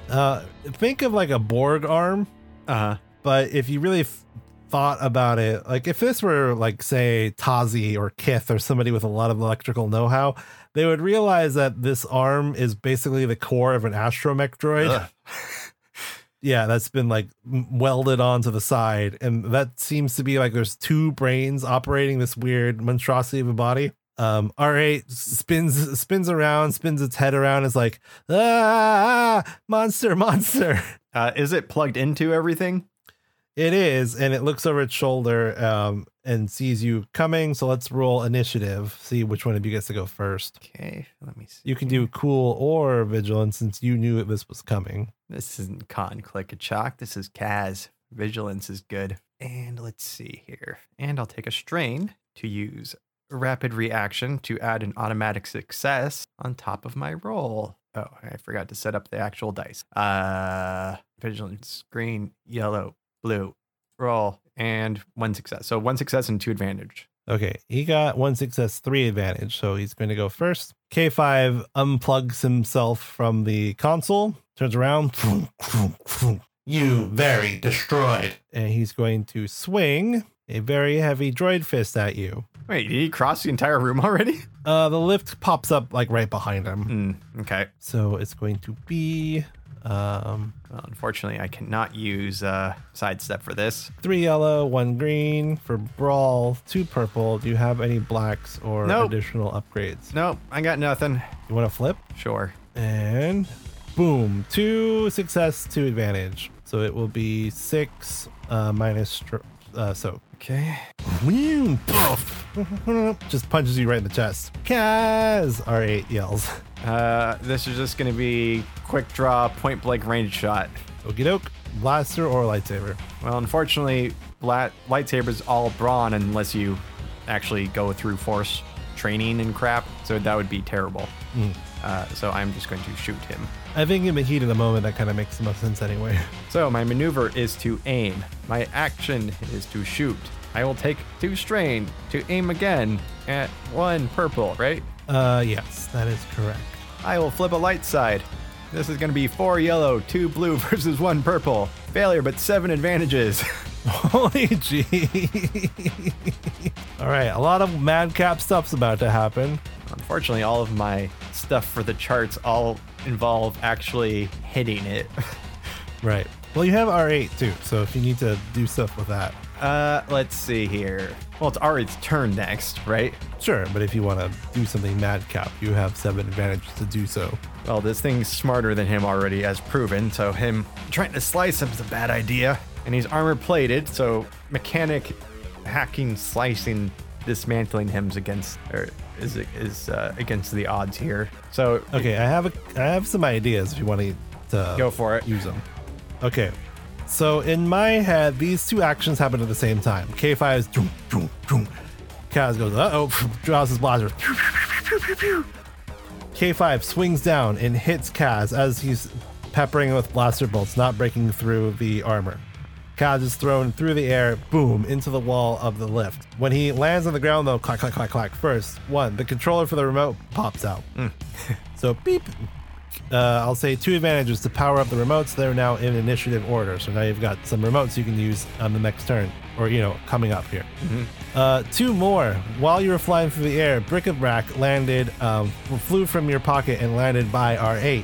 uh, think of like a Borg arm
Uh
Uh-huh.
huh.
but if you really f- thought about it, like if this were like say Tazi or Kith or somebody with a lot of electrical know-how, they would realize that this arm is basically the core of an astromech droid.
Ugh.
Yeah, that's been like m- welded onto the side, and that seems to be like there's two brains operating this weird monstrosity of a body. Um, R8 spins spins around, spins its head around, is like, ah, monster, monster.
Uh, is it plugged into everything?
It is, and it looks over its shoulder um, and sees you coming. So let's roll initiative. See which one of you gets to go first.
Okay, let me see.
You can do cool or vigilance since you knew this was coming.
This isn't Cotton Click a Chalk. This is Kaz. Vigilance is good. And let's see here. And I'll take a strain to use rapid reaction to add an automatic success on top of my roll. Oh, I forgot to set up the actual dice. Uh, vigilance, green, yellow, blue, roll, and one success. So one success and two advantage.
Okay, he got one success, three advantage. So he's going to go first. K5 unplugs himself from the console, turns around,
You very destroyed.
and he's going to swing a very heavy droid fist at you.
Wait, did he cross the entire room already?
Uh, the lift pops up like right behind him.
Hmm. okay.
So it's going to be. Um,
Well, unfortunately, I cannot use uh, sidestep for this.
three yellow, one green for brawl, two purple. Do you have any blacks or
Nope.
additional upgrades?
Nope, I got nothing.
You want to flip
Sure.
and boom, two success, two advantage. So it will be six uh, minus. str- Uh, so
Okay.
Whew, poof. just punches you right in the chest. Kaz R8 yells.
Uh, this is just gonna be quick draw, point blank range shot.
Okie doke, blaster or lightsaber.
Well, unfortunately, bla- lightsabers all brawn unless you actually go through force training and crap. So that would be terrible. Uh, so I'm just going to shoot him.
I think in the heat of the moment that kind of makes the most sense anyway.
So my maneuver is to aim. My action is to shoot. I will take two strain to aim again at one purple, right?
Uh, yes, that is correct.
I will flip a light side. This is going to be four yellow, two blue versus one purple. Failure, but seven advantages.
Holy gee. All right, a lot of madcap stuff's about to happen.
Unfortunately, all of my stuff for the charts all involve actually hitting it.
Right. Well, you have R8 too, so if you need to do stuff with that,
Uh, let's see here. Well, it's Ari's turn next, right?
sure. But if you want to do something madcap, you have seven advantages to do so.
Well, this thing's smarter than him already, as proven, so him trying to slice him is a bad idea. And he's armor plated, so mechanic hacking, slicing, dismantling him's against or is is uh, against the odds here. So
Okay, I have a, I have some ideas if you uh, want to
go for it.
use them. Okay. So in my head, these two actions happen at the same time. K5 is droom, droom, droom. Kaz goes, uh oh, draws his blaster. K5 swings down and hits Kaz as he's peppering him with blaster bolts, not breaking through the armor. Kaz is thrown through the air, boom, into the wall of the lift. When he lands on the ground, though, clack, clack, clack, clack. First, one, the controller for the remote pops out. so beep, uh, I'll say two advantages to power up the remotes. They're now in initiative order, so now you've got some remotes you can use on the next turn, or you know, coming up here. Uh, two more. While you were flying through the air, bric-a-brac landed, um, flew from your pocket and landed by R8.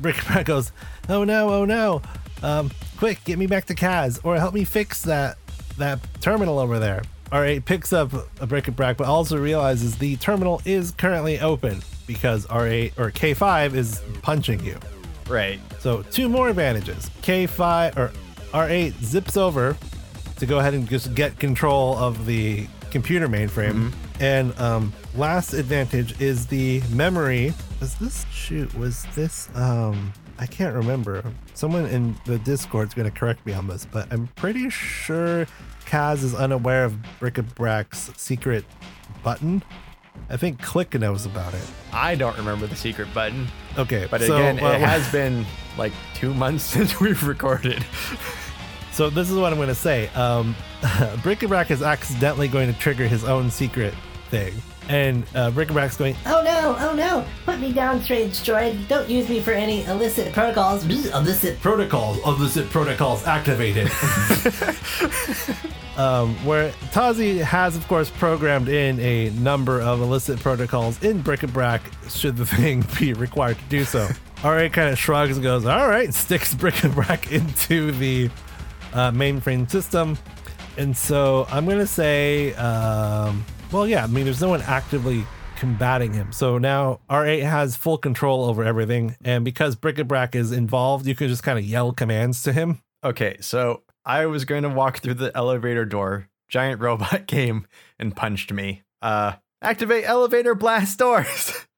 bric-a-brac goes, "Oh no! Oh no! Um, quick, get me back to Kaz, or help me fix that that terminal over there." R8 picks up a bric-a-brac, but also realizes the terminal is currently open because R8 or K5 is punching you.
Right.
So two more advantages. K5 or R8 zips over, to go ahead and just get control of the computer mainframe.
Mm-hmm.
And um, last advantage is the memory. Was this shoot? Was this? Um, I can't remember. Someone in the Discord's going to correct me on this, but I'm pretty sure Kaz is unaware of Bric-a-Brac's secret button. I think Click knows about it.
I don't remember the secret button,
Okay,
but
so,
again,
uh,
it has been like two months since we've recorded.
So this is what I'm going to say. Um, Bric-a-Brac is accidentally going to trigger his own secret thing, and uh, Bric-a-Brac's going,
Oh no, oh no! Put me down, strange droid. Don't use me for any illicit protocols. Bzz, illicit pro-
"Protocols, illicit protocols activated." um, where Tazi has, of course, programmed in a number of illicit protocols in Bric-a-Brac should the thing be required to do so. Ari kind of shrugs and goes, "All right," sticks Bric-a-Brac into the uh, mainframe system. And so I'm going to say, um, well, yeah, I mean, there's no one actively combating him. So now R8 has full control over everything. And because Bric-a-Brac is involved, you can just kind of yell commands to him.
okay, so I was going to walk through the elevator door. Giant robot came and punched me. Uh, activate elevator blast doors.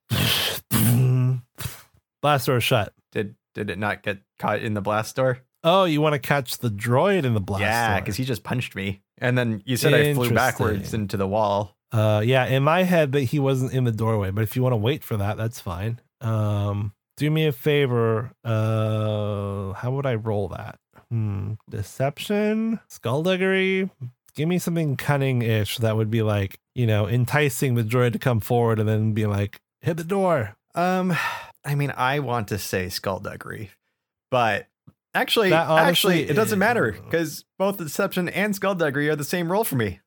Blast door shut.
did did it not get caught in the blast door?
Oh, you want to catch the droid in the blast
yeah,
door.
because he just punched me, and then you said I flew backwards
Interesting.
into the wall.
Uh, yeah, in my head that he wasn't in the doorway, but if you want to wait for that, that's fine. Um, do me a favor. Uh, how would I roll that? Hmm, deception, skullduggery. Give me something cunning-ish that would be like, you know, enticing the droid to come forward and then be like, hit the door.
Um, I mean, I want to say skullduggery, but actually,
That honestly
actually, it doesn't matter
is-
because both deception and skullduggery are the same roll for me.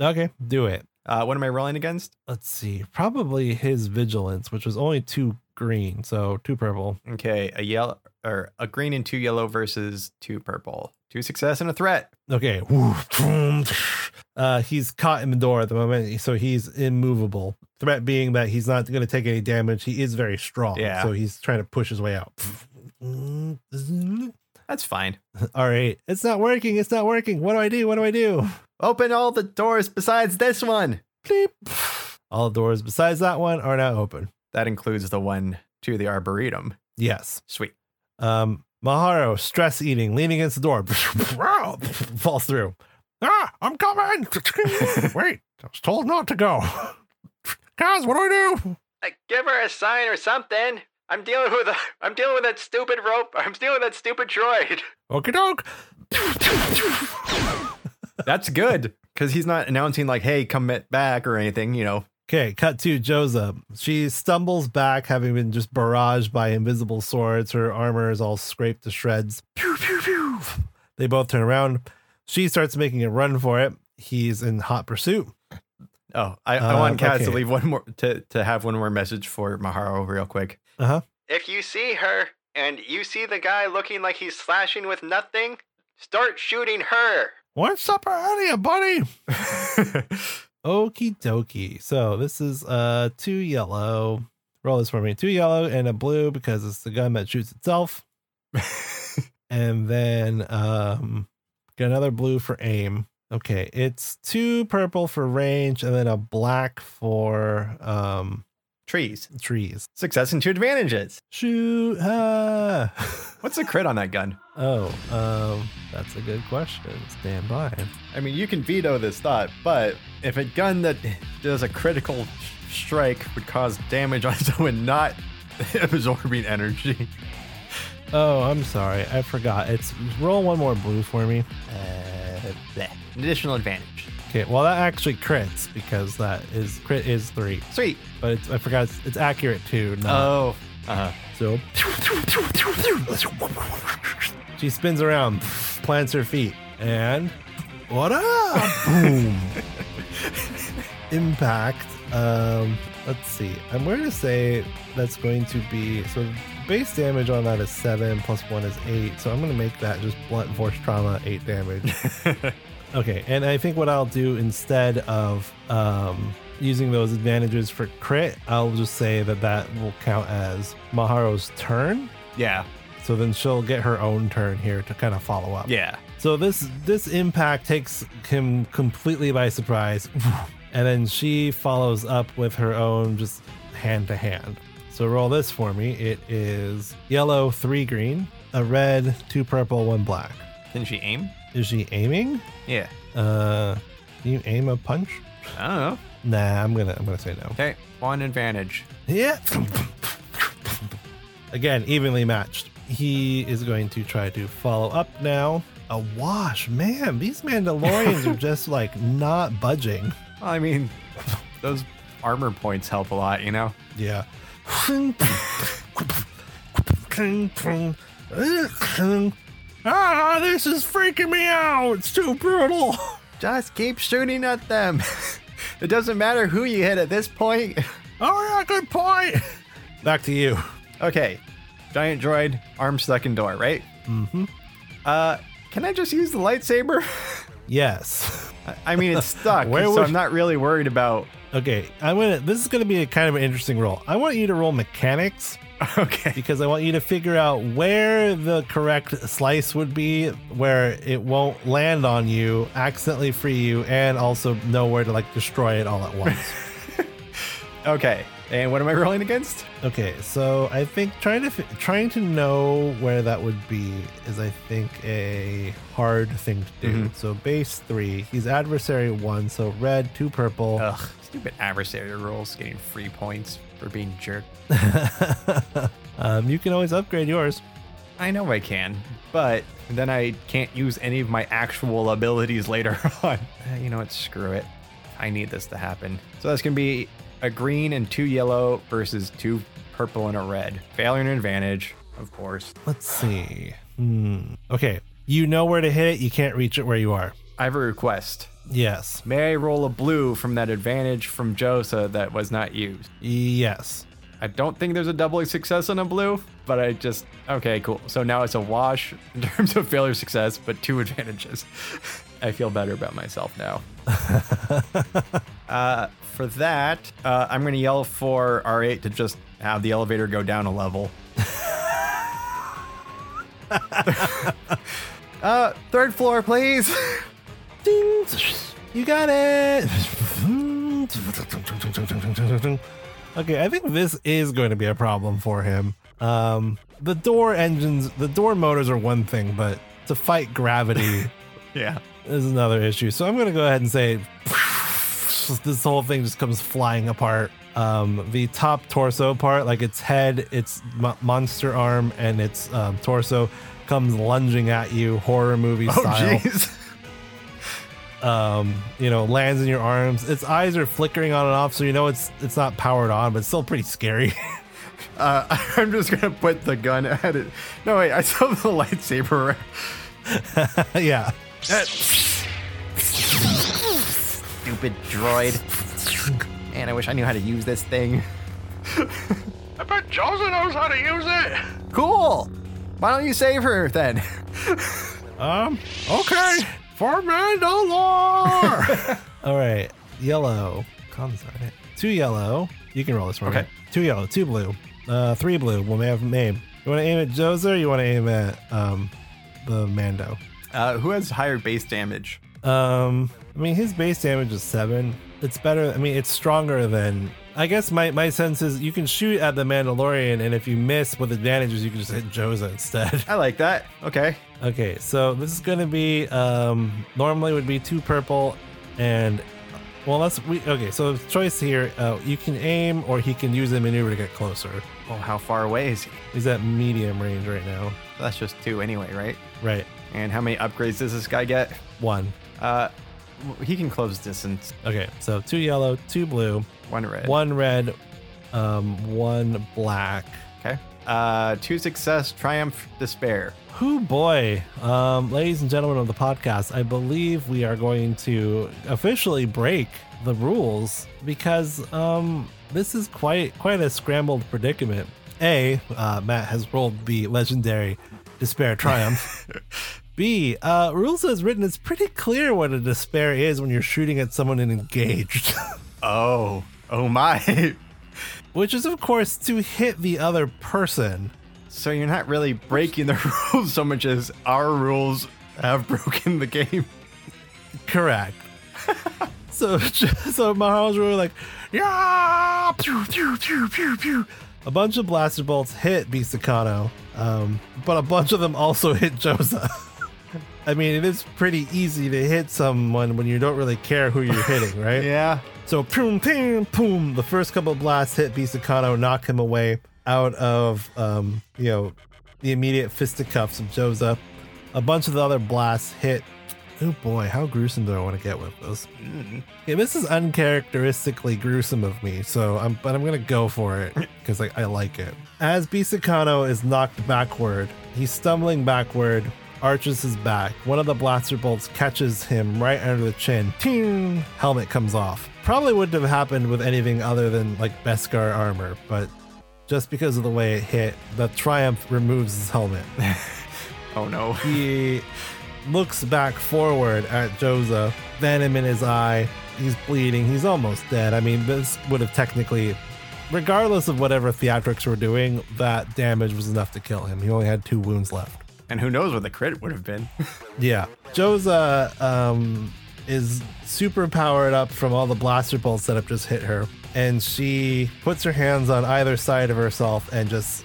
Okay, do it.
Uh, what am I rolling against?
Let's see. Probably his vigilance, which was only two green, so two purple.
Okay, a yellow or a green and two yellow versus two purple, two success and a threat.
Okay. Woo. Vroom. Uh, he's caught in the door at the moment, so he's immovable. Threat being that he's not going to take any damage. He is very strong,
Yeah.
so he's trying to push his way out.
That's fine.
All right, it's not working. It's not working. What do I do? What do I do?
Open all the doors besides this one.
Bleep. All doors besides that one are now open.
That includes the one to the arboretum.
Yes.
Sweet.
Um, Maharo stress eating, leaning against the door, falls through.
Ah, I'm coming. Wait, I was told not to go. Guys, what do I do?
Like, give her a sign or something. I'm dealing with a, I'm dealing with that stupid rope. I'm dealing with that stupid droid.
Okie doke.
That's good because he's not announcing like, "Hey, come it back" or anything. You know,
Okay, cut to Joza. She stumbles back, having been just barraged by invisible swords. Her armor is all scraped to shreds. Pew, pew, pew. They both turn around. She starts making a run for it. He's in hot pursuit.
Oh, I, I
Uh,
want Kaz to
okay.
leave one more to, to have one more message for Maharo real quick.
If you see her and you see the guy looking like he's slashing with nothing, start shooting her.
What's up earlier, buddy?
Okie dokie. So this is uh two yellow. Roll this for me. Two yellow and a blue because it's the gun that shoots itself. and then um get another blue for aim. Okay, it's two purple for range and then a black for um
Trees.
trees.
Success and two advantages.
Shoot ah!
What's the crit on that gun?
Oh, um that's a good question. Stand by.
I mean, you can veto this thought, but if a gun that does a critical sh- strike would cause damage on someone not absorbing energy,
Oh, I'm sorry. I forgot. It's roll one more blue for me.
uh, bleh. an additional advantage.
Okay, well that actually crits because that is crit is three,
Sweet.
but it's, I forgot it's, it's accurate too. Not
Oh. Uh-huh.
so. She spins around, plants her feet, and what up? Boom. Impact. Um, let's see. I'm going to say that's going to be so. Base damage on that is seven plus one is eight, so I'm going to make that just blunt force trauma eight damage. Okay, and I think what I'll do instead of um, using those advantages for crit, I'll just say that that will count as Maharo's turn.
Yeah.
So then she'll get her own turn here to kind of follow up.
Yeah.
So this this impact takes him completely by surprise, and then she follows up with her own just hand to hand. So roll this for me. It is yellow, three green, a red, two purple, one black.
Didn't she aim?
Is she aiming?
Yeah.
Uh, can you aim a punch?
I don't know.
Nah, I'm gonna I'm gonna say no.
Okay. One advantage.
Yeah. Again, evenly matched. He is going to try to follow up now. A wash, man. These Mandalorians are just like not budging.
Well, I mean, those armor points help a lot, you know?
Yeah.
Ah, this is freaking me out. It's too brutal.
Just keep shooting at them. it doesn't matter who you hit at this point.
Oh, yeah, good point.
Back to you.
Okay. Giant droid, arm stuck in door, right? Mm-hmm. Uh, can I just use the lightsaber?
Yes.
I mean, it's stuck,
Where
so
was-
I'm not really worried about.
Okay, I'm gonna. This is gonna be a kind of an interesting roll. I want you to roll mechanics
Okay.
because I want you to figure out where the correct slice would be, where it won't land on you, accidentally free you, and also know where to like destroy it all at once.
Okay. And what am I rolling against?
okay, so I think trying to fi- trying to know where that would be is, I think, a hard thing to do. So base three, he's adversary one, so red, two purple.
Ugh. Stupid adversary rolls getting free points for being jerk.
um, you can always upgrade yours.
I know I can, but then I can't use any of my actual abilities later on. Eh, You know what? Screw it. I need this to happen. So that's going to be a green and two yellow versus two purple and a red. Failure and advantage, of course.
Let's see. Hmm. Okay, you know where to hit it. You can't reach it where you are.
I have a request.
Yes.
May I roll a blue from that advantage from Josa that was not used?
Yes.
I don't think there's a doubling success on a blue, but I just. Okay, cool. So now it's a wash in terms of failure success, but two advantages. I feel better about myself now. uh, for that, uh, I'm going to yell for R8 to just have the elevator go down a level. uh, third floor, please.
Ding. You got it. Okay, I think this is going to be a problem for him. Um, the door engines, the door motors are one thing, but to fight gravity
yeah.
is another issue. So I'm going to go ahead and say this whole thing just comes flying apart. Um, the top torso part, like its head, its mo- monster arm, and its um, torso, comes lunging at you, horror movie
Oh,
style.
jeez.
Um, you know, lands in your arms. Its eyes are flickering on and off, so you know it's it's not powered on, but it's still pretty scary.
Uh, I'm just gonna put the gun at it. No wait, I still have the lightsaber.
yeah.
Stupid droid. Man, I wish I knew how to use this thing.
I bet Joza knows how to use it.
Cool. Why don't you save her then?
Um.
Okay, for Mandalore.
All right. Yellow. Comes on it. Two yellow. You can roll this one.
Okay.
Two yellow. Two blue. Uh, three blue. We'll have name. You want to aim at Joser? Or you want to aim at um, the Mando?
Uh, who has higher base damage?
Um, I mean, his base damage is seven. It's better. I mean, it's stronger than. I guess my, my sense is you can shoot at the Mandalorian, and if you miss with advantages, you can just hit Joza instead.
I like that. Okay.
okay, so this is gonna be um normally would be two purple, and well, that's we okay. So the choice here, uh, you can aim or he can use a maneuver to get closer.
Well, how far away is he?
He's at medium range right now.
That's just two anyway, right?
Right,
And how many upgrades does this guy get?
one.
Uh, w- he can close distance.
Okay, so two yellow, two blue,
One red.
one red, um, one black.
Okay. Uh, two success, triumph, despair.
Who boy, um, ladies and gentlemen of the podcast, I believe we are going to officially break the rules because um, this is quite quite a scrambled predicament. A, uh, Matt has rolled the legendary despair triumph. B, uh, rules as written, it's pretty clear what a despair is when you're shooting at someone and engaged,
Oh. Oh my.
which is of course to hit the other person.
So you're not really breaking the rules so much as our rules have broken the game.
Correct. so so Mahar's really like, yeah, pew, pew, pew, pew, pew. A bunch of blaster bolts hit Bisakano, um, but a bunch of them also hit Joza. I mean, it is pretty easy to hit someone when you don't really care who you're hitting, right?
Yeah.
So poom, poom, poom. The first couple blasts hit Bisakano, knock him away out of um, you know the immediate fisticuffs of Joza. A bunch of the other blasts hit. Oh boy, how gruesome do I want to get with this? Yeah, this is uncharacteristically gruesome of me, so I'm but I'm gonna go for it because I, I like it. As Bisakano is knocked backward, he's stumbling backward, arches his back. One of the blaster bolts catches him right under the chin. Ting! Helmet comes off. Probably wouldn't have happened with anything other than like Beskar armor, but just because of the way it hit, the Triumph removes his helmet.
Oh no.
He looks back forward at Joza, venom in his eye. He's bleeding. He's almost dead. I mean, this would have technically, regardless of whatever theatrics were doing, that damage was enough to kill him. He only had two wounds left.
And who knows what the crit would have been?
Yeah. Joza um, is super powered up from all the blaster bolts that have just hit her. And she puts her hands on either side of herself and just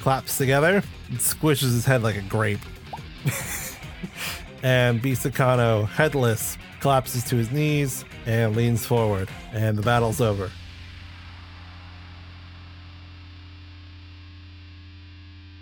claps together and squishes his head like a grape. and Bisakano, headless, collapses to his knees and leans forward. And the battle's over.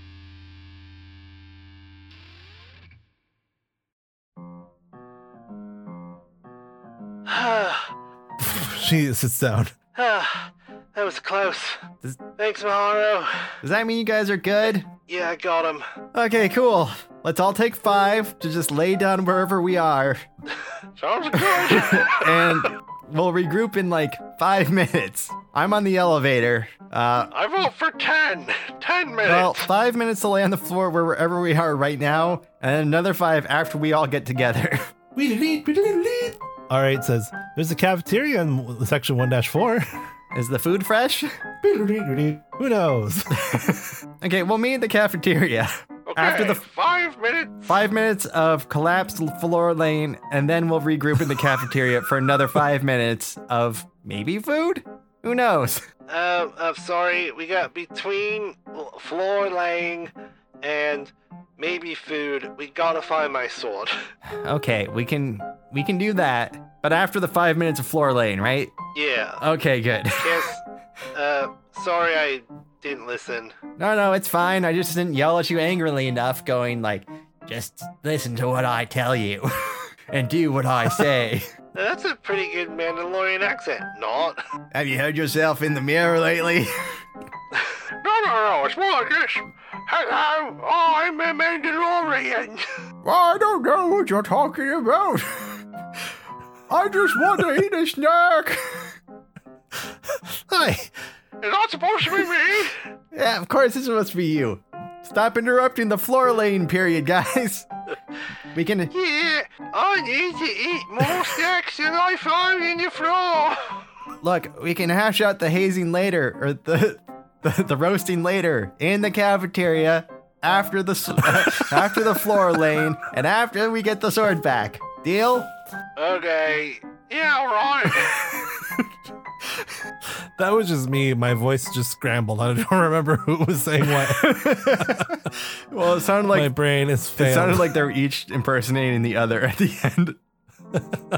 She sits down.
Ah, that was close.
Does-
Thanks, Maharo.
Does that mean you guys are good?
Yeah, I got him.
Okay, cool. Let's all take five to just lay down wherever we are.
Sounds good.
And we'll regroup in like five minutes. I'm on the elevator. Uh,
I vote for ten. Ten minutes.
well, five minutes to lay on the floor wherever we are right now, and another five after we all get together.
All right, says, there's a cafeteria in section 1 4.
Is the food fresh?
Who knows?
Okay, we'll meet at the cafeteria.
okay,
after the-
five minutes.
Five minutes of collapsed floor lane, and then we'll regroup in the cafeteria for another five minutes of maybe food? Who knows?
Uh, I'm sorry. We got between l- floor laying and maybe food. We gotta find my sword.
Okay, we can we can do that. But after the five minutes of floor lane, right?
Yeah.
Okay, good.
Yes. Uh, sorry, I didn't listen.
No, no, it's fine. I just didn't yell at you angrily enough, going like, just listen to what I tell you and do what I say.
Now, That's a pretty good Mandalorian accent. Not.
Have you heard yourself in the mirror lately?
No, no, no. It's more like this. Hello, I'm a Mandalorian.
I don't know what you're talking about. I just want to eat a snack.
Hi.
It's not supposed to be me.
Yeah, of course, this must be you. Stop interrupting the floor lane period, guys. We can.
Yeah, I need to eat more snacks than I find in the floor.
Look, we can hash out the hazing later, or the the, the roasting later in the cafeteria after the s- after the floor lane and after we get the sword back. Deal?
Okay. Yeah, all right.
That was just me. My voice just scrambled. I don't remember who was saying what.
Well, it sounded
My
like
brain is
it
failed.
sounded like they were each impersonating the other at the end.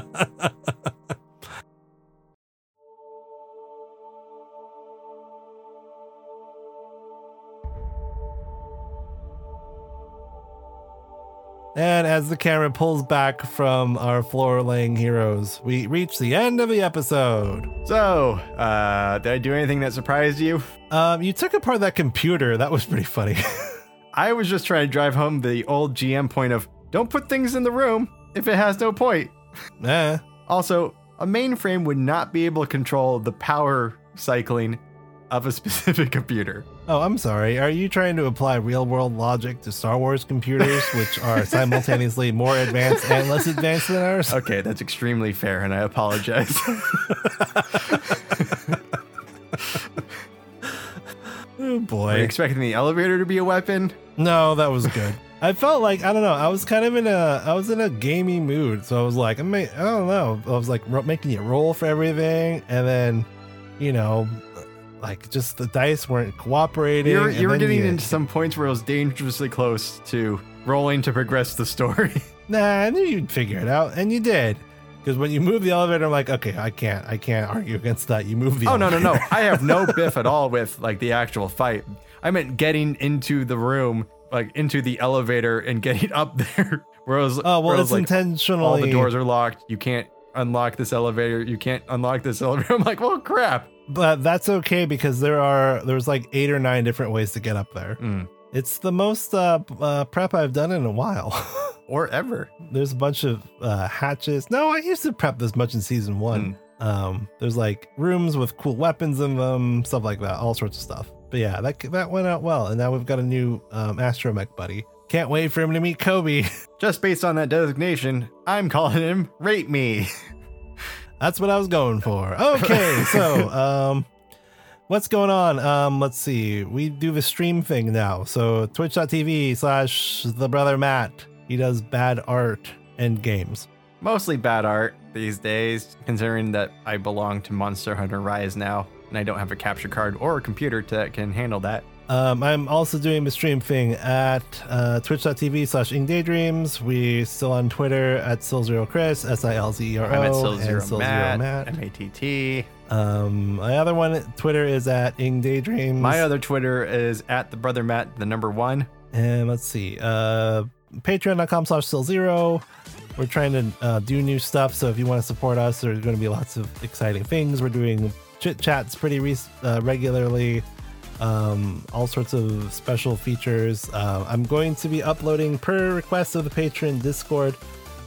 and as the camera pulls back from our floor laying heroes, we reach the end of the episode.
So, uh, did I do anything that surprised you?
Um, you took apart that computer. That was pretty funny.
I was just trying to drive home the old GM point of don't put things in the room if it has no point.
eh.
Also, a mainframe would not be able to control the power cycling of a specific computer.
Oh, I'm sorry. Are you trying to apply real world logic to Star Wars computers, which are simultaneously more advanced and less advanced than ours?
Okay, that's extremely fair, and I apologize.
Oh
Were you
boy.
expecting the elevator to be a weapon?
No, that was good. I felt like I don't know. I was kind of in a I was in a gamey mood, so I was like, I may I don't know. I was like ro- making you roll for everything, and then, you know, like just the dice weren't cooperating.
You were,
and
you were
then
getting into some points where it was dangerously close to rolling to progress the story.
Nah, I knew you'd figure it out, and you did. Because when you move the elevator, I'm like, okay, I can't, I can't argue against that. You move the.
oh no no
elevator.
no! I have no biff at all with like the actual fight. I meant getting into the room, like into the elevator, and getting up there. Where it was,
Oh
where
well,
it
it's
was, like,
intentionally.
all the doors are locked. You can't unlock this elevator. You can't unlock this elevator. I'm like, well, crap.
but that's okay because there are there's like eight or nine different ways to get up there.
Mm.
It's the most uh, p- uh, prep I've done in a while.
Or ever.
there's a bunch of uh, hatches. No, I used to prep this much in season one. Um, there's like rooms with cool weapons in them, stuff like that, all sorts of stuff. But yeah, that that went out well, and now we've got a new um, astromech buddy. Can't wait for him to meet Kobe.
Just based on that designation, I'm calling him Rape Me.
That's what I was going for. Okay, so um what's going on? Um let's see. We do the stream thing now. So twitch.tv slash the brother Matt. He does bad art and games.
Mostly bad art these days, considering that I belong to Monster Hunter Rise now, and I don't have a capture card or a computer that can handle that.
Um, I'm also doing the stream thing at uh, twitch.tv slash ingdaydreams. We still on Twitter at silzerochris, S-I-L-Z-E-R-O.
I'm at
and
Oh, Silzero Matt,
Matt.
M-A-T-T.
Um, my other one, Twitter is at ingdaydreams.
My other Twitter is at the brother Matt, the number one.
And let's see, uh, patreon.com slash still zero. We're trying to uh, do new stuff. So if you want to support us, there's going to be lots of exciting things. We're doing chit chats pretty re- uh, regularly, um, all sorts of special features. Uh, I'm going to be uploading, per request of the patron Discord,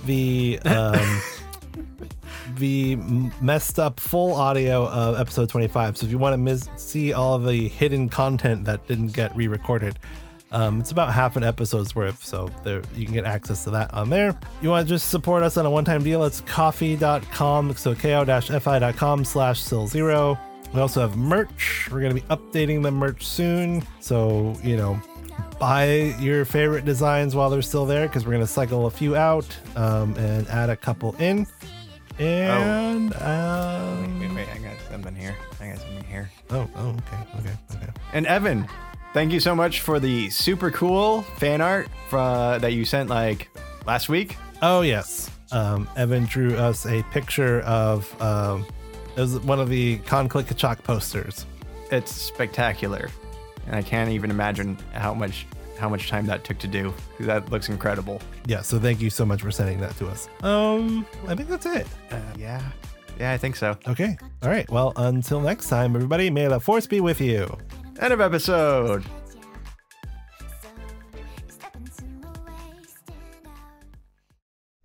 the. Um, the m- messed up full audio of episode 25. So if you want to miss- see all the hidden content that didn't get re-recorded, um, it's about half an episode's worth. So there you can get access to that on there. You want to just support us on a one-time deal? It's coffee.com. So ko-fi.com slash still zero. We also have merch. We're going to be updating the merch soon. So, you know, buy your favorite designs while they're still there because we're going to cycle a few out um, and add a couple in. And um,
Wait, wait, I got something here. I got something here.
oh, oh, okay, okay, okay.
And Evan, thank you so much for the super cool fan art uh, that you sent like last week.
Oh yes, um, Evan drew us a picture of um, it was one of the Conclick Kachak posters.
It's spectacular, and I can't even imagine how much how much time that took to do. That looks incredible.
Yeah, so thank you so much for sending that to us. Um, I think that's it.
Uh, yeah, yeah, I think so.
Okay, all right. Well, until next time, everybody. May the force be with you.
End of episode.
Step into my ways, stand out.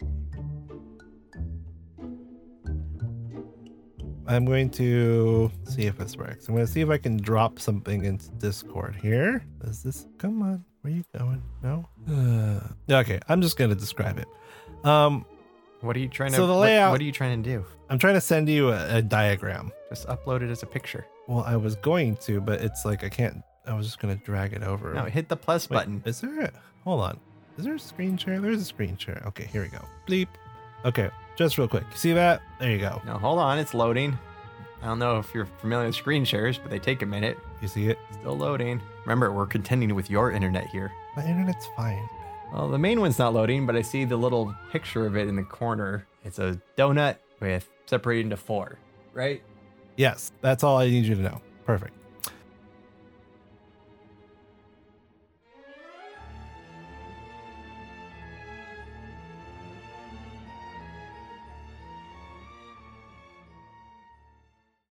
I'm going to see if this works. I'm going to see if I can drop something into Discord here. Does this come on? Where you going? No. Uh, okay, I'm just going to describe it. Um,
What are you trying
So
to?
the
what-
layout-
What, are you trying to do?
I'm trying to send you a, a diagram.
Just upload it as a picture.
Well, I was going to, but it's like I can't. I was just going to drag it over.
No, hit the plus
Wait,
button.
Is there a hold on? Is there a screen share? There's a screen share. Okay, here we go. Bleep. Okay, just real quick. See that? There you go.
No, hold on, it's loading. I don't know if you're familiar with screen shares, but they take a minute.
You see it?
Still loading. Remember, we're contending with your internet here.
My internet's fine.
Well, the main one's not loading, but I see the little picture of it in the corner. It's a donut with separated into four, right?
Yes, that's all I need you to know. Perfect.